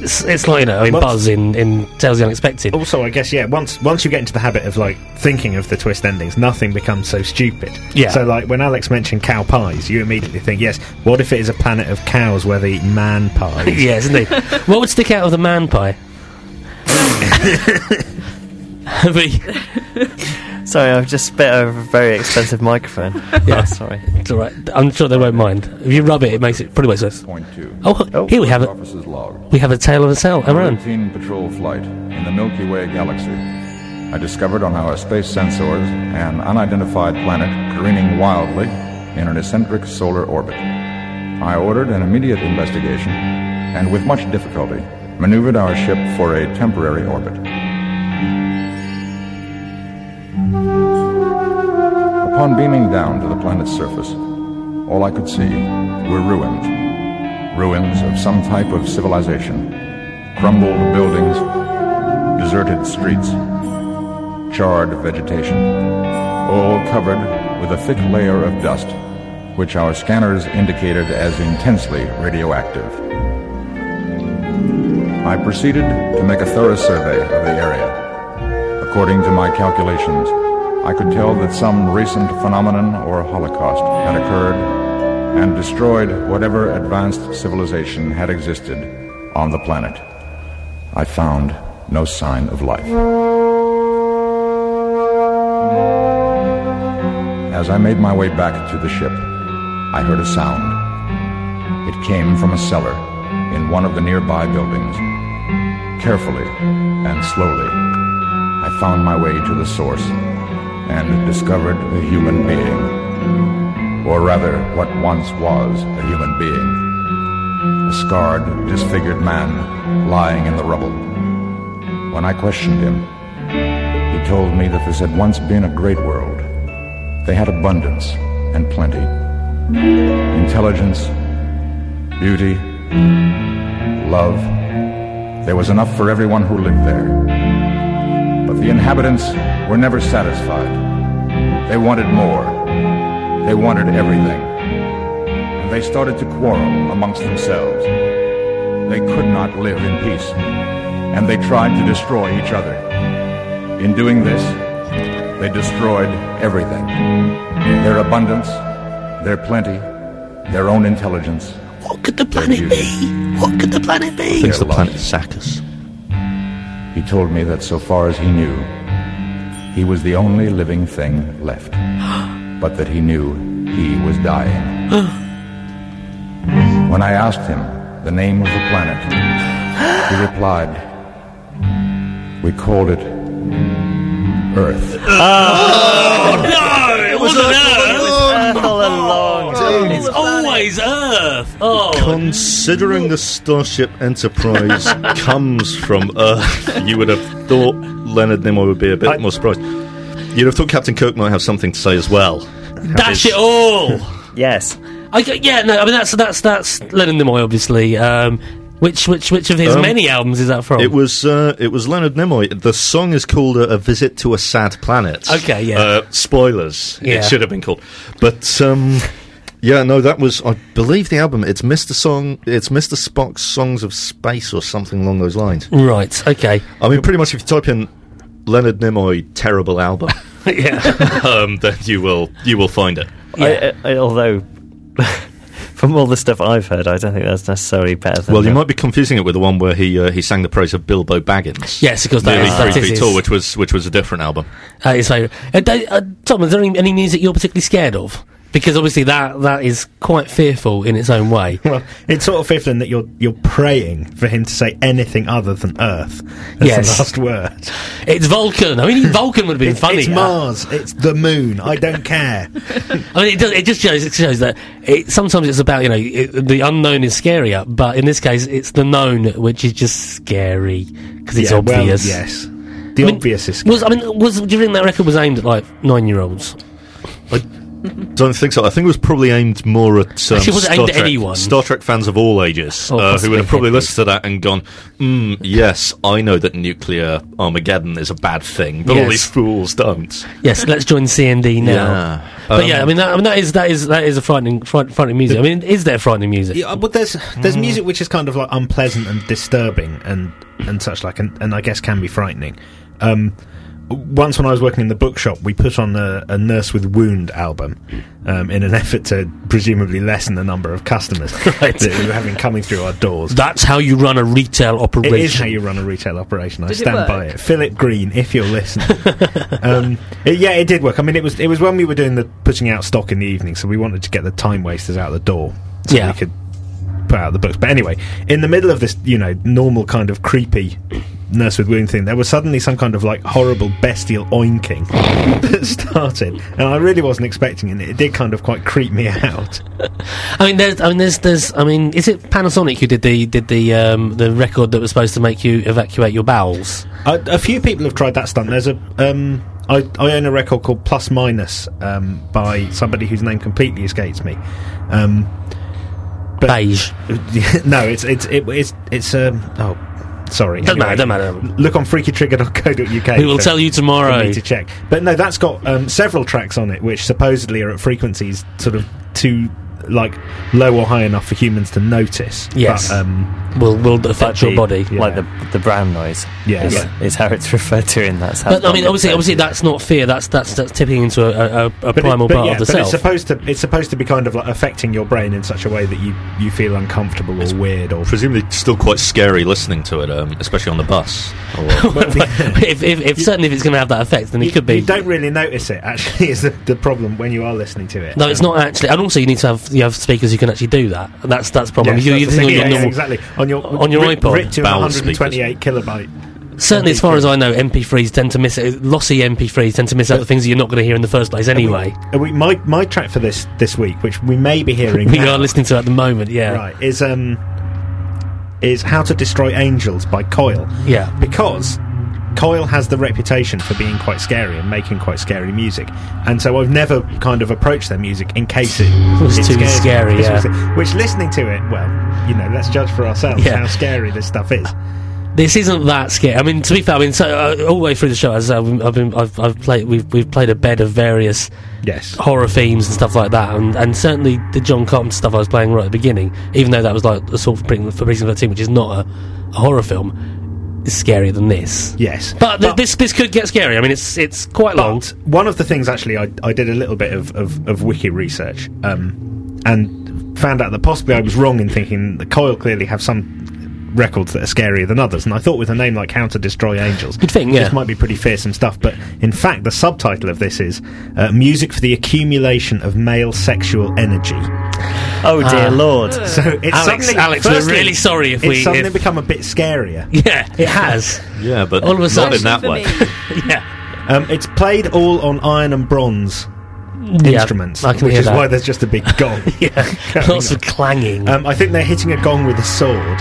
Speaker 2: it's, it's like you know in
Speaker 5: Well-
Speaker 2: Buzz in in Tales of the Unexpected.
Speaker 5: Also, I guess, yeah, once once you get into the habit of, like, thinking of the twist endings, nothing becomes so stupid.
Speaker 2: Yeah.
Speaker 5: So, like, when Alex mentioned cow pies, you immediately think, yes, what if it is a planet of cows where they eat man pies?
Speaker 2: yes, indeed. what would stick out of the man pie? But-
Speaker 3: Sorry, I've just spit over a very expensive microphone.
Speaker 2: Yeah.
Speaker 3: Oh, sorry.
Speaker 2: It's all right. I'm sure they won't mind. If you rub it, it makes it pretty much worse.
Speaker 11: Point two.
Speaker 2: Oh, here we have it.
Speaker 11: Officer's log.
Speaker 2: We have a tale of a cell. Amaran.
Speaker 11: Routine patrol flight in the Milky Way galaxy. I discovered on our space sensors an unidentified planet careening wildly in an eccentric solar orbit. I ordered an immediate investigation and, with much difficulty, maneuvered our ship for a temporary orbit. Upon beaming down to the planet's surface, all I could see were ruins. Ruins of some type of civilization crumbled buildings, deserted streets, charred vegetation, all covered with a thick layer of dust, which our scanners indicated as intensely radioactive. I proceeded to make a thorough survey of the area. According to my calculations, I could tell that some recent phenomenon or holocaust had occurred and destroyed whatever advanced civilization had existed on the planet. I found no sign of life. As I made my way back to the ship, I heard a sound. It came from a cellar in one of the nearby buildings. Carefully and slowly, I found my way to the source and discovered a human being. Or rather, what once was a human being a scarred, disfigured man lying in the rubble. When I questioned him, he told me that this had once been a great world. They had abundance and plenty, intelligence, beauty, love. There was enough for everyone who lived there. But the inhabitants were never satisfied. They wanted more. They wanted everything and they started to quarrel amongst themselves. They could not live in peace, and they tried to destroy each other. In doing this, they destroyed everything their abundance, their plenty, their own intelligence.
Speaker 2: What could the
Speaker 11: planet be?
Speaker 2: What could the planet be?
Speaker 4: Thinks the
Speaker 11: They're
Speaker 4: planet Sackers.
Speaker 11: He told me that so far as he knew, he was the only living thing left, but that he knew he was dying. when I asked him the name of the planet, he replied, We called it Earth.
Speaker 2: No, it wasn't Earth.
Speaker 3: all along.
Speaker 2: It's always Earth. Oh,
Speaker 4: Considering the Starship Enterprise comes from Earth, you would have thought Leonard Nimoy would be a bit more surprised. You'd have thought Captain Kirk might have something to say as well.
Speaker 2: dash it all.
Speaker 3: Yes.
Speaker 2: I g yeah, no, I mean that's that's that's Lennon Nimoy, obviously. Um, which which which of his
Speaker 4: Um,
Speaker 2: many albums is that from?
Speaker 4: It was uh, it was Leonard Nimoy. The song is called "A, a Visit to a Sad Planet."
Speaker 2: Okay, yeah.
Speaker 4: Uh, spoilers.
Speaker 2: Yeah.
Speaker 4: It should have been called, but um, yeah, no, that was I believe the album. It's Mr. Song. It's Mr. Spock's Songs of Space or something along those lines.
Speaker 2: right. Okay.
Speaker 4: I mean, pretty much if you type in Leonard Nimoy terrible album, yeah. um, then you will you will find it.
Speaker 3: I, uh, I, I, although, from all the stuff I've heard, I don't think that's necessarily better than.
Speaker 4: Well, you
Speaker 3: the-
Speaker 4: might be confusing it with the one where he uh, he sang the praise of Bilbo Baggins.
Speaker 2: Yes, because that
Speaker 4: nearly
Speaker 2: is-
Speaker 4: three
Speaker 2: that is
Speaker 4: feet
Speaker 2: his-
Speaker 4: tall, which was which was a different album.
Speaker 2: Uh, his favourite. Uh, do- uh, Tom, is there any, any music you're particularly scared of? Because obviously that that is quite fearful in its own way.
Speaker 5: Well, it's sort of fifthing that you're you're praying for him to say anything other than Earth as
Speaker 2: Yes.
Speaker 5: the last word.
Speaker 2: It's Vulcan. I mean, Vulcan would have been
Speaker 5: It's-
Speaker 2: funny.
Speaker 5: It's Mars. It's the moon. I don't care.
Speaker 2: I mean, it, does, it just shows it shows that it, sometimes it's about you know it, the unknown is scarier, but in this case it's the known which is just scary because it's
Speaker 5: Yeah, well,
Speaker 2: obvious.
Speaker 5: yes. The
Speaker 2: I mean,
Speaker 5: obvious is.
Speaker 2: Was I mean was do you think that record was aimed at like nine year olds?
Speaker 4: Don't think so. I think it was probably aimed more at um,
Speaker 2: Actually, was it
Speaker 4: Star
Speaker 2: aimed at
Speaker 4: Trek,
Speaker 2: anyone?
Speaker 4: Star Trek fans of all ages
Speaker 2: Oh,
Speaker 4: uh, who would
Speaker 2: possibly.
Speaker 4: have probably listened to that and gone, mm, "Yes, I know that nuclear Armageddon is a bad thing, but all
Speaker 2: Yes.
Speaker 4: these fools don't."
Speaker 2: Yes, let's join CND now.
Speaker 4: Yeah.
Speaker 2: But
Speaker 4: Um,
Speaker 2: yeah, I mean, that, I mean that is that is that is a frightening fright, frightening music. I mean, is there frightening music?
Speaker 5: Yeah, but there's there's music which is kind of like unpleasant and disturbing and and such like, and, and I guess can be frightening. Um, once when I was working in the bookshop, we put on a, a Nurse with Wound album um, in an effort to presumably lessen the number of customers that we were having coming through our doors.
Speaker 2: That's how you run a retail operation.
Speaker 5: It is how you run a retail operation. I
Speaker 6: Did it
Speaker 5: stand by
Speaker 6: work?
Speaker 5: it. Philip Green, if you're listening. um, it- yeah, it did work. I mean, it was it was when we were doing the putting out stock in the evening, so we wanted to get the time wasters out the door, so
Speaker 2: Yeah.
Speaker 5: we could put out the books. But anyway, in the middle of this, you know, normal kind of creepy nurse with wound thing, there was suddenly some kind of like horrible bestial oinking that started, and I really wasn't expecting it. It did kind of quite creep me out.
Speaker 2: I mean, there's, I mean, there's, there's, I mean, is it Panasonic who did the did the um, the record that was supposed to make you evacuate your bowels?
Speaker 5: A, a few people have tried that stunt. There's a um, I, I own a record called Plus Minus um, by somebody whose name completely escapes me. Um, but
Speaker 2: Beige.
Speaker 5: no, it's it's it, it's it's um, oh sorry.
Speaker 2: Doesn't matter,
Speaker 5: Anyway,
Speaker 2: doesn't matter.
Speaker 5: Look on freakytrigger.co.uk.
Speaker 2: We will
Speaker 5: for-
Speaker 2: tell you
Speaker 5: for
Speaker 2: tomorrow.
Speaker 5: me to check. But no, that's got um, several tracks on it, which supposedly are at frequencies sort of too like low or high enough for humans to notice.
Speaker 2: Yes.
Speaker 5: But, um,
Speaker 2: Will will affect your body.
Speaker 5: yeah.
Speaker 3: Like the the brown noise.
Speaker 5: Yeah,
Speaker 3: is,
Speaker 5: yeah.
Speaker 3: is how it's referred to in that sound.
Speaker 2: But I mean, obviously, obviously, that's not fear. That's that's that's tipping into a, a, a- a
Speaker 5: But it-
Speaker 2: primal
Speaker 5: but
Speaker 2: part
Speaker 5: yeah,
Speaker 2: of the
Speaker 5: but It's
Speaker 2: self.
Speaker 5: supposed to it's supposed to be kind of like affecting your brain in such a way that you, you feel uncomfortable or weird or
Speaker 4: Presumably, still quite scary listening to it, um, especially on the bus.
Speaker 3: Oh,
Speaker 4: Or,
Speaker 2: if if, if certainly if it's going to have that effect, then it
Speaker 5: you,
Speaker 2: could be.
Speaker 5: you don't really notice it actually is the, the problem when you are listening to it.
Speaker 2: no, it's not actually. And also, you need to have you have speakers who can actually do that. And That's that's the problem.
Speaker 5: Yes,
Speaker 2: you,
Speaker 5: that's
Speaker 2: you
Speaker 5: the
Speaker 2: think on
Speaker 5: thing,
Speaker 2: your
Speaker 5: yeah, yeah,
Speaker 2: normal-
Speaker 5: exactly on your
Speaker 2: on your
Speaker 5: ri-
Speaker 2: iPod.
Speaker 5: ripped to
Speaker 4: Bowel
Speaker 5: 128 kilobyte.
Speaker 2: Certainly, as far as I know, MP3s tend to miss it. Lossy MP3s tend to miss out the things that you're not going to hear in the first place. Anyway,
Speaker 5: Uh, we- my my track for this this week, which we may be hearing,
Speaker 2: we
Speaker 5: now,
Speaker 2: are listening to it at the moment. Yeah,
Speaker 5: right is um is How to Destroy Angels by Coil.
Speaker 2: yeah.
Speaker 5: because Coil has the reputation for being quite scary and making quite scary music, and so I've never kind of approached their music in case it
Speaker 2: was
Speaker 5: it
Speaker 2: too
Speaker 5: scares me.
Speaker 2: scary,
Speaker 5: This
Speaker 2: yeah.
Speaker 5: was it. Which listening to it, well, you know, let's judge for ourselves
Speaker 2: Yeah.
Speaker 5: how scary this stuff is.
Speaker 2: This isn't that scary. I mean, to be fair, I mean, so, uh, all the way through the show, as I've, been- I've been, I've, I've played, we've, we've played a bed of various
Speaker 5: Yes,
Speaker 2: horror themes and stuff like that, and, and certainly the John Carpenter stuff I was playing right at the beginning, even though that was like assault for Prison for Prison 13, which is not a, a horror film, is scarier than this.
Speaker 5: yes.
Speaker 2: But, th- this this could get scary. I mean, it's it's quite long.
Speaker 5: But one of the things actually, I, I did a little bit of, of, of wiki research um, and found out that possibly I was wrong in thinking that Coil clearly have some records that are scarier than others. And I thought with a name like How to Destroy Angels,
Speaker 2: Good thing, yeah.
Speaker 5: this might be pretty fearsome stuff. But in fact, the subtitle of this is uh, Music for the Accumulation of Male Sexual Energy.
Speaker 3: Oh dear lord!
Speaker 5: So it's
Speaker 2: Uh, Alex-
Speaker 5: suddenly,
Speaker 2: Alex, we're
Speaker 5: firstly,
Speaker 2: really sorry if
Speaker 5: it's
Speaker 2: we-
Speaker 5: suddenly
Speaker 2: if-
Speaker 5: become a bit scarier.
Speaker 2: Yeah, it has.
Speaker 4: yeah, but
Speaker 2: All of a
Speaker 4: not
Speaker 2: sudden-
Speaker 4: in that
Speaker 6: For
Speaker 4: way.
Speaker 6: me.
Speaker 2: yeah,
Speaker 5: Um, it's played all on iron and bronze instruments,
Speaker 2: I can
Speaker 5: which
Speaker 2: hear
Speaker 5: is
Speaker 2: that.
Speaker 5: why there's just a big gong.
Speaker 2: yeah.
Speaker 5: Going
Speaker 2: Lots
Speaker 5: on.
Speaker 2: of clanging.
Speaker 5: Um, I think they're hitting a gong with a sword,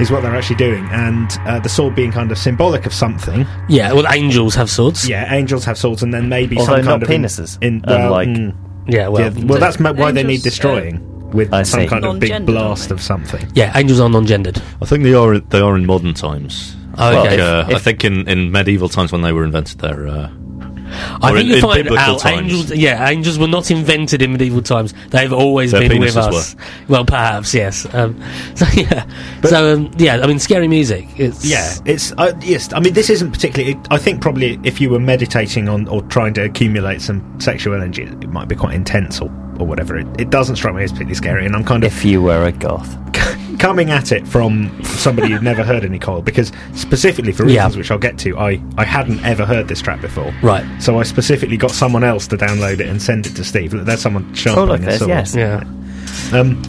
Speaker 5: is what they're actually doing, and uh, the sword being kind of symbolic of something.
Speaker 2: yeah, well, angels have swords.
Speaker 5: Yeah, angels have swords, and then maybe
Speaker 3: Although
Speaker 5: some kind
Speaker 3: not
Speaker 5: of in-
Speaker 3: penises,
Speaker 5: In,
Speaker 3: unlike-
Speaker 5: mm,
Speaker 2: yeah. Well,
Speaker 5: yeah, well, that's ma- why they need
Speaker 6: Angels,
Speaker 5: destroying with
Speaker 3: I
Speaker 5: some
Speaker 3: see.
Speaker 5: kind of big
Speaker 6: Non-gendered,
Speaker 5: blast
Speaker 6: aren't they?
Speaker 5: of something.
Speaker 2: yeah. Angels are non-gendered.
Speaker 4: I think they are. They are in modern times.
Speaker 2: Oh,
Speaker 4: Like,
Speaker 2: okay.
Speaker 4: uh,
Speaker 3: If-
Speaker 4: I think in, in medieval times when they were invented, their uh,
Speaker 2: I
Speaker 4: Or
Speaker 2: think
Speaker 4: in-
Speaker 2: you
Speaker 4: in
Speaker 2: find
Speaker 4: biblical
Speaker 2: out
Speaker 4: times.
Speaker 2: angels. Yeah, angels were not invented in medieval times. They've always
Speaker 4: Their
Speaker 2: been with
Speaker 4: penises
Speaker 2: us. Well, perhaps yes. Um, so yeah. so um, yeah. I mean, scary music. It's
Speaker 5: Yeah, it's uh, yes. I mean, this isn't particularly. It, I think probably if you were meditating on or trying to accumulate some sexual energy, it might be quite intense or, or whatever. It, it doesn't strike me as particularly scary, and I'm kind of
Speaker 3: If you were a goth,
Speaker 5: coming at it from somebody who'd never heard any coil because specifically for
Speaker 2: Yeah.
Speaker 5: reasons which I'll get to, I I hadn't ever heard this track before.
Speaker 2: Right.
Speaker 5: So I specifically got someone else to download it and send it to Steve. Look, there's someone
Speaker 3: oh
Speaker 5: sharpening
Speaker 3: look,
Speaker 5: a
Speaker 3: there's
Speaker 5: sword.
Speaker 3: yes,
Speaker 2: Yeah.
Speaker 5: Um,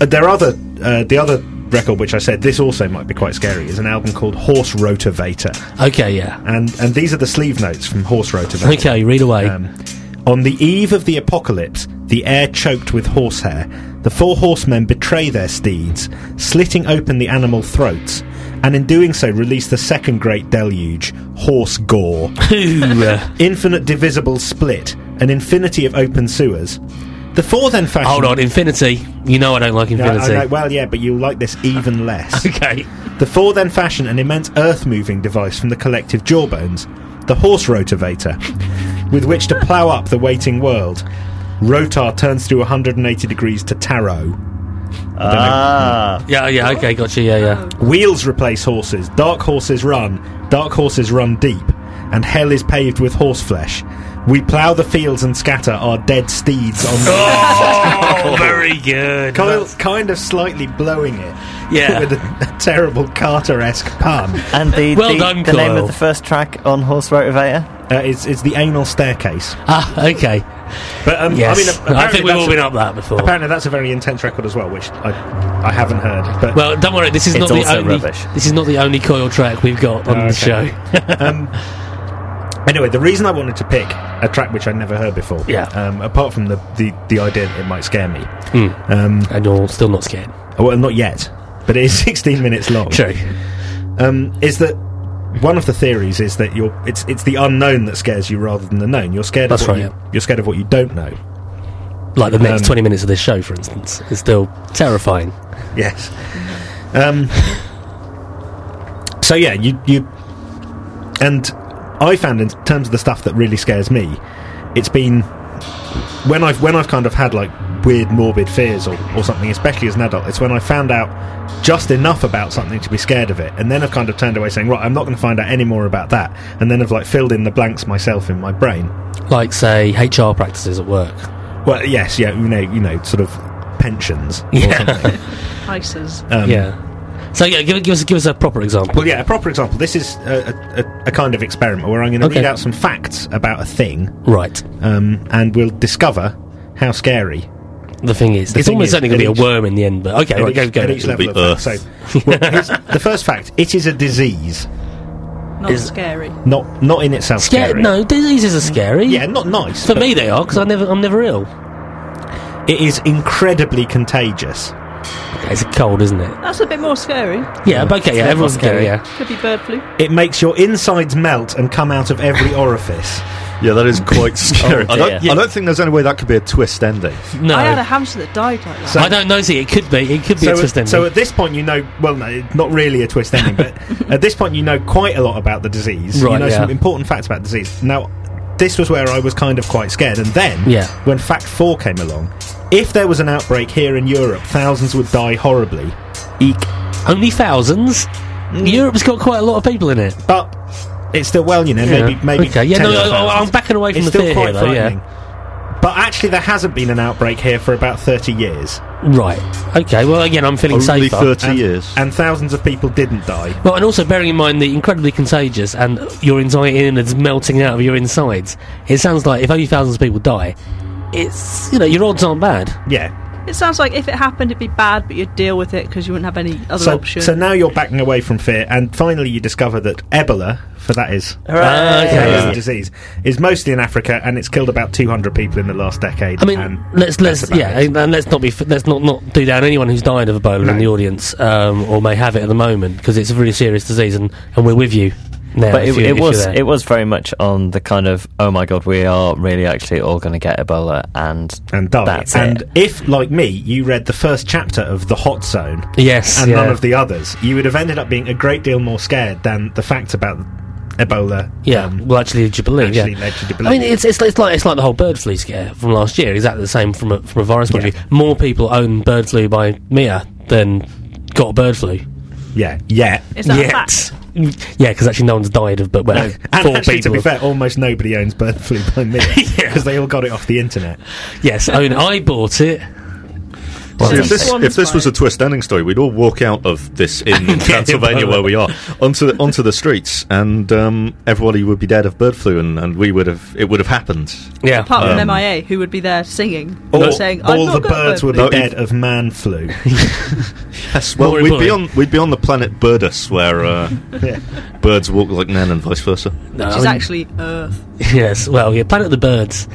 Speaker 5: uh, their other, uh, the other record which I said this also might be quite scary is an album called Horse Rotivator,
Speaker 2: Okay. Yeah.
Speaker 5: and and these are the sleeve notes from Horse Rotivator.
Speaker 2: Okay. Read away.
Speaker 5: Um, on the eve of the apocalypse, the air choked with horsehair, the four horsemen betray their steeds, slitting open the animal throats, and in doing so release the second great deluge, horse gore
Speaker 2: Ooh, uh,
Speaker 5: infinite divisible split, an infinity of open sewers. The four then fashion.
Speaker 2: hold on. Infinity. You know I don't like
Speaker 5: No, I
Speaker 2: infinity.
Speaker 5: know- well, yeah, but you'll like this even less.
Speaker 2: okay.
Speaker 5: the four then fashion an immense earth-moving device from the collective jawbones, the horse rotivator, with which to plough up the waiting world. Rotar turns through 180 degrees to tarot.
Speaker 3: ah,
Speaker 2: Yeah. Yeah. Okay. Gotcha. Yeah. Yeah.
Speaker 5: Wheels replace horses. Dark horses run. Dark horses run deep. And hell is paved with horseflesh. We plough the fields and scatter our dead steeds on the.
Speaker 2: Oh, very good.
Speaker 5: Kyle's kind of slightly blowing it
Speaker 2: Yeah.
Speaker 5: with a, a terrible Carter-esque pun.
Speaker 3: and the
Speaker 2: Well
Speaker 3: the,
Speaker 2: done,
Speaker 3: the name
Speaker 2: Kyle.
Speaker 3: of the first track on Horse Rotivator.
Speaker 5: Uh, it's, it's the anal staircase.
Speaker 2: Ah. Okay.
Speaker 5: But um,
Speaker 2: Yes.
Speaker 5: I mean, a-
Speaker 2: I think we've
Speaker 5: apparently
Speaker 2: all
Speaker 5: that's
Speaker 2: been
Speaker 5: a-
Speaker 2: up that before.
Speaker 5: Apparently, that's a very intense record as well, which I I haven't heard. But
Speaker 2: Well, don't worry. This is
Speaker 3: It's
Speaker 2: not the
Speaker 3: also
Speaker 2: only.
Speaker 3: rubbish.
Speaker 2: This is not the only coil track we've got on
Speaker 5: Oh,
Speaker 2: the
Speaker 5: okay.
Speaker 2: show.
Speaker 5: anyway, the reason I wanted to pick a track which I'd never heard before,
Speaker 2: Yeah.
Speaker 5: um, apart from the, the the idea that it might scare me,
Speaker 2: Hmm.
Speaker 5: um,
Speaker 2: And you're still not scared.
Speaker 5: well, not yet, but it is 16 minutes long.
Speaker 2: True.
Speaker 5: um, is that one of the theories is that you're it's it's the unknown that scares you rather than the known. You're scared
Speaker 2: That's
Speaker 5: of what
Speaker 2: right,
Speaker 5: you, you're scared of what you don't know.
Speaker 2: Like the next
Speaker 5: Um,
Speaker 2: 20 minutes of this show, for instance, is still terrifying.
Speaker 5: Yes. Um, so yeah, you you and I found in terms of the stuff that really scares me, it's been when I've when I've kind of had like weird morbid fears or, or something, especially as an adult, it's when I found out just enough about something to be scared of it, and then I've kind of turned away saying, Right, I'm not gonna find out any more about that and then I've like filled in the blanks myself in my brain.
Speaker 2: Like, say, HR practices at work.
Speaker 5: Well yes, yeah, you know you know, sort of pensions or
Speaker 2: Yeah.
Speaker 5: something.
Speaker 6: Prices.
Speaker 5: Um,
Speaker 2: yeah. So, yeah, give, give, us, give us a proper example.
Speaker 5: Well, yeah, a proper example. This is a, a- a, a kind of experiment where I'm going to
Speaker 2: Okay.
Speaker 5: read out some facts about a thing,
Speaker 2: Right.
Speaker 5: um, and we'll discover how scary.
Speaker 2: The thing is,
Speaker 5: The
Speaker 2: it's
Speaker 5: thing
Speaker 2: almost
Speaker 5: is,
Speaker 2: only going
Speaker 5: at
Speaker 2: to be a
Speaker 5: each-
Speaker 2: worm in the end, but okay,
Speaker 5: at
Speaker 2: right,
Speaker 5: each,
Speaker 2: go,
Speaker 5: at
Speaker 2: go.
Speaker 5: each level of
Speaker 4: be
Speaker 5: fact. So, well, here's the first fact: it is a disease,
Speaker 6: Not
Speaker 2: Is-
Speaker 6: scary.
Speaker 5: not not in itself
Speaker 2: Scar-
Speaker 5: scary.
Speaker 2: no, diseases are scary.
Speaker 5: yeah, not nice.
Speaker 2: For
Speaker 5: but
Speaker 2: me, they are, because never, I'm never ill.
Speaker 5: it is incredibly contagious.
Speaker 2: Okay, it's a cold, isn't it?
Speaker 6: That's a bit more scary.
Speaker 2: Yeah, but okay, yeah,
Speaker 3: not
Speaker 2: everyone's
Speaker 3: scary.
Speaker 2: scary. Yeah.
Speaker 6: Could be bird flu.
Speaker 5: It makes your insides melt and come out of every orifice.
Speaker 4: Yeah, that is quite scary. Oh, I,
Speaker 3: dear.
Speaker 4: don't, I don't think there's any way that could be a twist ending.
Speaker 2: No.
Speaker 6: I had a
Speaker 2: I,
Speaker 6: hamster that died like that.
Speaker 5: So-
Speaker 2: don't know, see, it could be. It could be
Speaker 5: so,
Speaker 2: a twist
Speaker 5: at,
Speaker 2: ending.
Speaker 5: so at this point, you know, well, no, it's not really a twist ending, but at this point, you know quite a lot about the disease. you
Speaker 2: Right,
Speaker 5: know
Speaker 2: yeah.
Speaker 5: some important facts about disease. Now, this was where I was kind of quite scared, and then
Speaker 2: Yeah.
Speaker 5: when fact four came along, if there was an outbreak here in Europe, thousands would die horribly.
Speaker 2: Eek. Only thousands? Europe's got quite a lot of people in it.
Speaker 5: But it's still well, you know,
Speaker 2: Yeah.
Speaker 5: maybe maybe
Speaker 2: Okay, yeah, no,
Speaker 5: 10
Speaker 2: I-
Speaker 5: or
Speaker 2: I- I'm
Speaker 5: thousands.
Speaker 2: backing away from
Speaker 5: it's
Speaker 2: the
Speaker 5: still
Speaker 2: fear
Speaker 5: quite
Speaker 2: here, though, yeah.
Speaker 5: frightening. But actually, there hasn't been an outbreak here for about thirty years,
Speaker 2: Right. Okay. Well, again, I'm feeling
Speaker 4: Only
Speaker 2: safer.
Speaker 4: 30 years.
Speaker 5: and thousands of people didn't die.
Speaker 2: Well, and also bearing in mind the incredibly contagious and your entire innards melting out of your insides. It sounds like if only thousands of people die, it's you know your odds aren't bad.
Speaker 5: Yeah,
Speaker 6: It sounds like if it happened, it'd be bad, but you'd deal with it because you wouldn't have any other
Speaker 5: so,
Speaker 6: option.
Speaker 5: so now you're backing away from fear, and finally you discover that Ebola, for that is
Speaker 2: Ah,
Speaker 5: that is
Speaker 2: okay.
Speaker 5: a disease, is mostly in Africa, and it's killed about 200 people in the last decade.
Speaker 2: I mean,
Speaker 5: and
Speaker 2: let's
Speaker 5: that's
Speaker 2: let's
Speaker 5: about
Speaker 2: yeah,
Speaker 5: it.
Speaker 2: and, and let's not be f- let's not not do down anyone who's died of Ebola
Speaker 5: No.
Speaker 2: in the audience um, or may have it at the moment because it's a really serious disease and, and we're with you now.
Speaker 3: But
Speaker 2: if
Speaker 3: it,
Speaker 2: you- if
Speaker 3: it
Speaker 2: you're
Speaker 3: was
Speaker 2: there.
Speaker 3: it was very much on the kind of oh my god, we are really actually all going to get Ebola and
Speaker 5: and die.
Speaker 3: That's
Speaker 5: and
Speaker 3: it.
Speaker 5: if, like me, you read the first chapter of The Hot Zone
Speaker 2: yes,
Speaker 5: and
Speaker 2: yeah.
Speaker 5: none of the others, you would have ended up being a great deal more scared than the facts about Ebola.
Speaker 2: Yeah, well, actually, did you believe?
Speaker 5: um, actually
Speaker 2: yeah.
Speaker 5: led to
Speaker 2: I mean, it's, it's it's like it's like the whole bird flu scare from last year. Exactly the same from a, from a virus point of view. More people own bird flu by Mia than got bird flu.
Speaker 5: Yeah, yeah,
Speaker 6: Is that a fact?
Speaker 2: Yeah, because actually, no one's died of but well,
Speaker 5: and
Speaker 2: four
Speaker 5: actually,
Speaker 2: people.
Speaker 5: to be fair, almost nobody owns bird flu by me because they all got it off the internet.
Speaker 2: Yes, I mean, I bought it.
Speaker 4: See, if this, if this was a twist ending story, we'd all walk out of this in Pennsylvania where we are onto the, onto the streets, and um, everybody would be dead of bird flu, and, and we would have it would have happened.
Speaker 2: Yeah,
Speaker 6: Apart from
Speaker 4: Um,
Speaker 6: MIA, who would be there singing,
Speaker 4: All-
Speaker 6: and saying, I've
Speaker 5: all
Speaker 6: not
Speaker 5: the
Speaker 6: got
Speaker 5: birds
Speaker 6: bird
Speaker 5: were
Speaker 6: flu."
Speaker 5: dead of man flu.
Speaker 4: Yes, well,
Speaker 5: More
Speaker 4: we'd be on
Speaker 5: importantly-
Speaker 4: we'd be on the planet Birdus, where uh,
Speaker 5: Yeah.
Speaker 4: birds walk like men and vice versa.
Speaker 2: Um,
Speaker 6: Which is actually Earth.
Speaker 2: Yes, well, yeah, Planet of the Birds,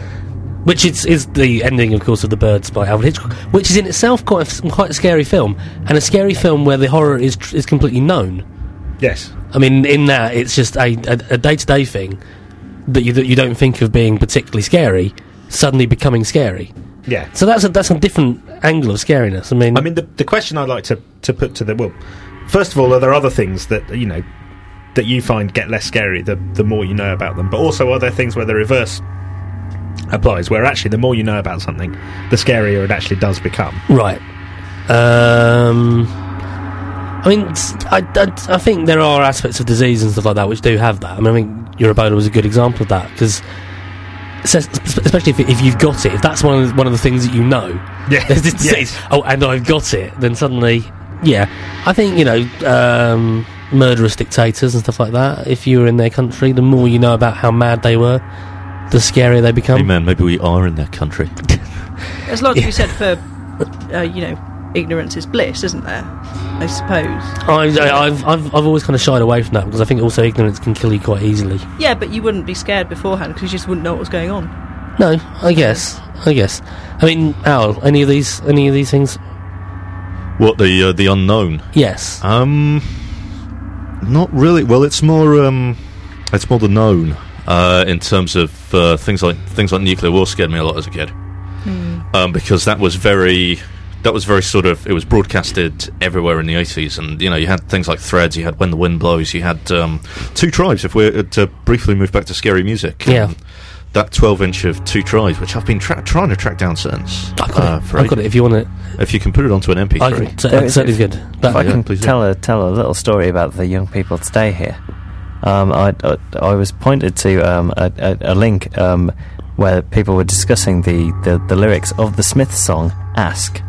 Speaker 2: which is, is the ending, of course, of The Birds by Alfred Hitchcock, which is in itself quite a, quite a scary film, and a scary film where the horror is tr- is completely known.
Speaker 5: Yes.
Speaker 2: I mean, in that it's just a a day to day thing that you that you don't think of being particularly scary suddenly becoming scary.
Speaker 5: Yeah.
Speaker 2: So that's a, that's a different angle of scariness. I mean,
Speaker 5: I mean, the, the question I'd like to, to put to the well, first of all, are there other things that you know that you find get less scary the the more you know about them? But also, are there things where the reverse applies, where actually the more you know about something, the scarier it actually does become?
Speaker 2: Right. Um, I mean, s- I, I- I think there are aspects of disease and stuff like that which do have that. I mean, I think your Ebola was a good example of that because, especially if, if you've got it, if that's one of the, one of the things that you know,
Speaker 5: yeah,
Speaker 2: there's this disease. Oh, and I've got it. Then suddenly, yeah, I think you know, um, murderous dictators and stuff like that. If you were in their country, the more you know about how mad they were, the scarier they become.
Speaker 4: Hey man, maybe we are in their country.
Speaker 6: There's a lot to be said for, uh, you know, ignorance is bliss, isn't there? I suppose.
Speaker 2: I, I- I've, I've, I've always kind of shied away from that because I think also ignorance can kill you quite easily.
Speaker 6: Yeah, but you wouldn't be scared beforehand because you just wouldn't know what was going on.
Speaker 2: No, I guess. I guess. I mean, Al, any of these, any of these things?
Speaker 4: What the uh, the unknown?
Speaker 2: Yes.
Speaker 4: Um, not really. Well, it's more um, it's more the known uh, in terms of uh, things like things like nuclear war scared me a lot as a kid,
Speaker 2: Hmm.
Speaker 4: um, because that was very that was very sort of it was broadcasted everywhere in the eighties, and you know you had things like Threads, you had When the Wind Blows, you had um, Two Tribes. If we're to briefly move back to scary music,
Speaker 2: Yeah.
Speaker 4: um, that twelve inch of Two Tribes, which I've been tra- trying to track down since. I've
Speaker 2: got it. I've got it if you want it.
Speaker 4: If you can put it onto an MP3,
Speaker 2: I can- so- There is- certainly good.
Speaker 3: if I
Speaker 4: Yeah,
Speaker 3: can
Speaker 4: please do.
Speaker 3: tell a tell a little story about the young people today here. Um, I, I I was pointed to um, a, a, a link um, where people were discussing the, the, the lyrics of the Smith song "Ask,"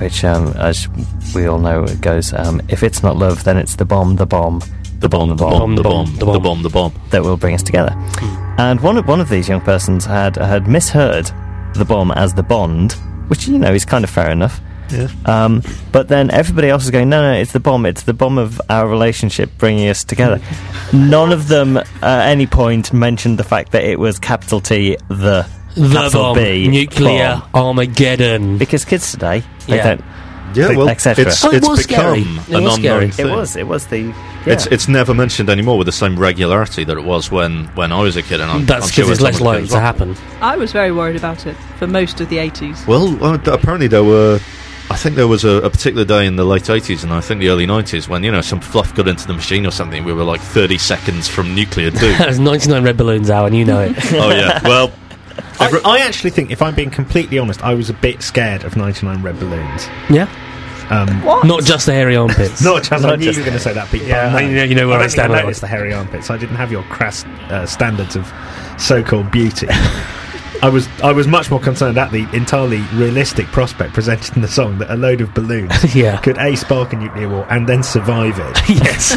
Speaker 3: which, um, as we all know, it goes, um, "If it's not love, then it's the bomb, the bomb,
Speaker 4: the bomb, the bomb, the bomb, the bomb, the bomb."
Speaker 3: that will bring us together."
Speaker 2: Hmm.
Speaker 3: And one of, one of these young persons had had misheard the bomb as the bond, which you know is kind of fair enough.
Speaker 4: Yeah.
Speaker 3: Um, but then everybody else is going, no, no, it's the bomb. It's the bomb of our relationship bringing us together. None of them at any point mentioned the fact that it was capital T, the,
Speaker 2: The
Speaker 3: capital
Speaker 2: bomb,
Speaker 3: B,
Speaker 2: nuclear
Speaker 3: bomb.
Speaker 2: Armageddon.
Speaker 3: Because kids today, they
Speaker 2: Yeah.
Speaker 3: don't.
Speaker 4: Yeah,
Speaker 3: Th-
Speaker 4: well,
Speaker 3: etc.
Speaker 4: it's,
Speaker 2: Oh, it
Speaker 4: it's
Speaker 2: was scary.
Speaker 4: become
Speaker 2: It
Speaker 4: an
Speaker 2: was scary.
Speaker 4: unknown
Speaker 2: It
Speaker 4: thing.
Speaker 3: It was. It was the. Yeah.
Speaker 4: It's it's never mentioned anymore with the same regularity that it was when, when I was a kid, and I'm,
Speaker 2: That's
Speaker 4: I'm sure
Speaker 2: because it's
Speaker 4: when
Speaker 2: less
Speaker 4: someone
Speaker 2: likely
Speaker 4: comes
Speaker 2: to
Speaker 4: up-
Speaker 2: happen.
Speaker 6: I was very worried about it for most of the 80s.
Speaker 4: Well, uh, th- apparently there were. I think there was a, a particular day in the late 80s and I think the early 90s when, you know, some fluff got into the machine or something. We were like 30 seconds from nuclear doom.
Speaker 2: There's 99 red balloons, Al, and you know it.
Speaker 4: oh, yeah. Well,
Speaker 5: I, I actually think, if I'm being completely honest, I was a bit scared of 99 red balloons.
Speaker 2: yeah.
Speaker 5: Um,
Speaker 6: What?
Speaker 2: Not just the hairy armpits.
Speaker 5: not just I
Speaker 3: Not
Speaker 5: knew
Speaker 3: just-
Speaker 5: you were going to say that, Pete. but
Speaker 2: Yeah,
Speaker 5: no.
Speaker 2: I- you know- you know where I
Speaker 5: don't think
Speaker 2: stand on
Speaker 5: I
Speaker 2: it.
Speaker 5: noticed the hairy armpits. I didn't have your crass uh, standards of so-called beauty. I was I was much more concerned at the entirely realistic prospect presented in the song that a load of balloons
Speaker 2: Yeah.
Speaker 5: could a spark a nuclear war and then survive it.
Speaker 2: yes.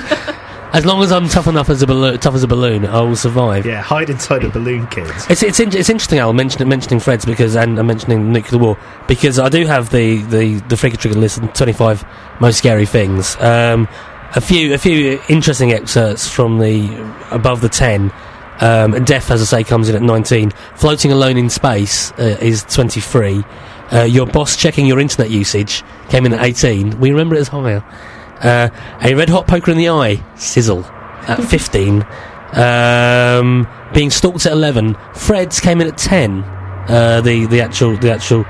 Speaker 2: As long as I'm tough enough as a balloon, tough as a balloon, I will survive.
Speaker 5: Yeah, hide inside a balloon, kids.
Speaker 2: It's it's, in, it's interesting. Al mention, mentioning Fred's because and I'm mentioning nuclear war because I do have the the the freaky trigger list of 25 most scary things. Um, a few a few interesting excerpts from the above the 10. Um, and death, as I say, comes in at 19. Floating alone in space uh, is 23. Uh, your boss checking your internet usage came in at 18. We remember it as higher. Uh, a red hot poker in the eye, sizzle, at 15. Um, being stalked at 11. Fred's came in at 10. Uh, the the actual the actual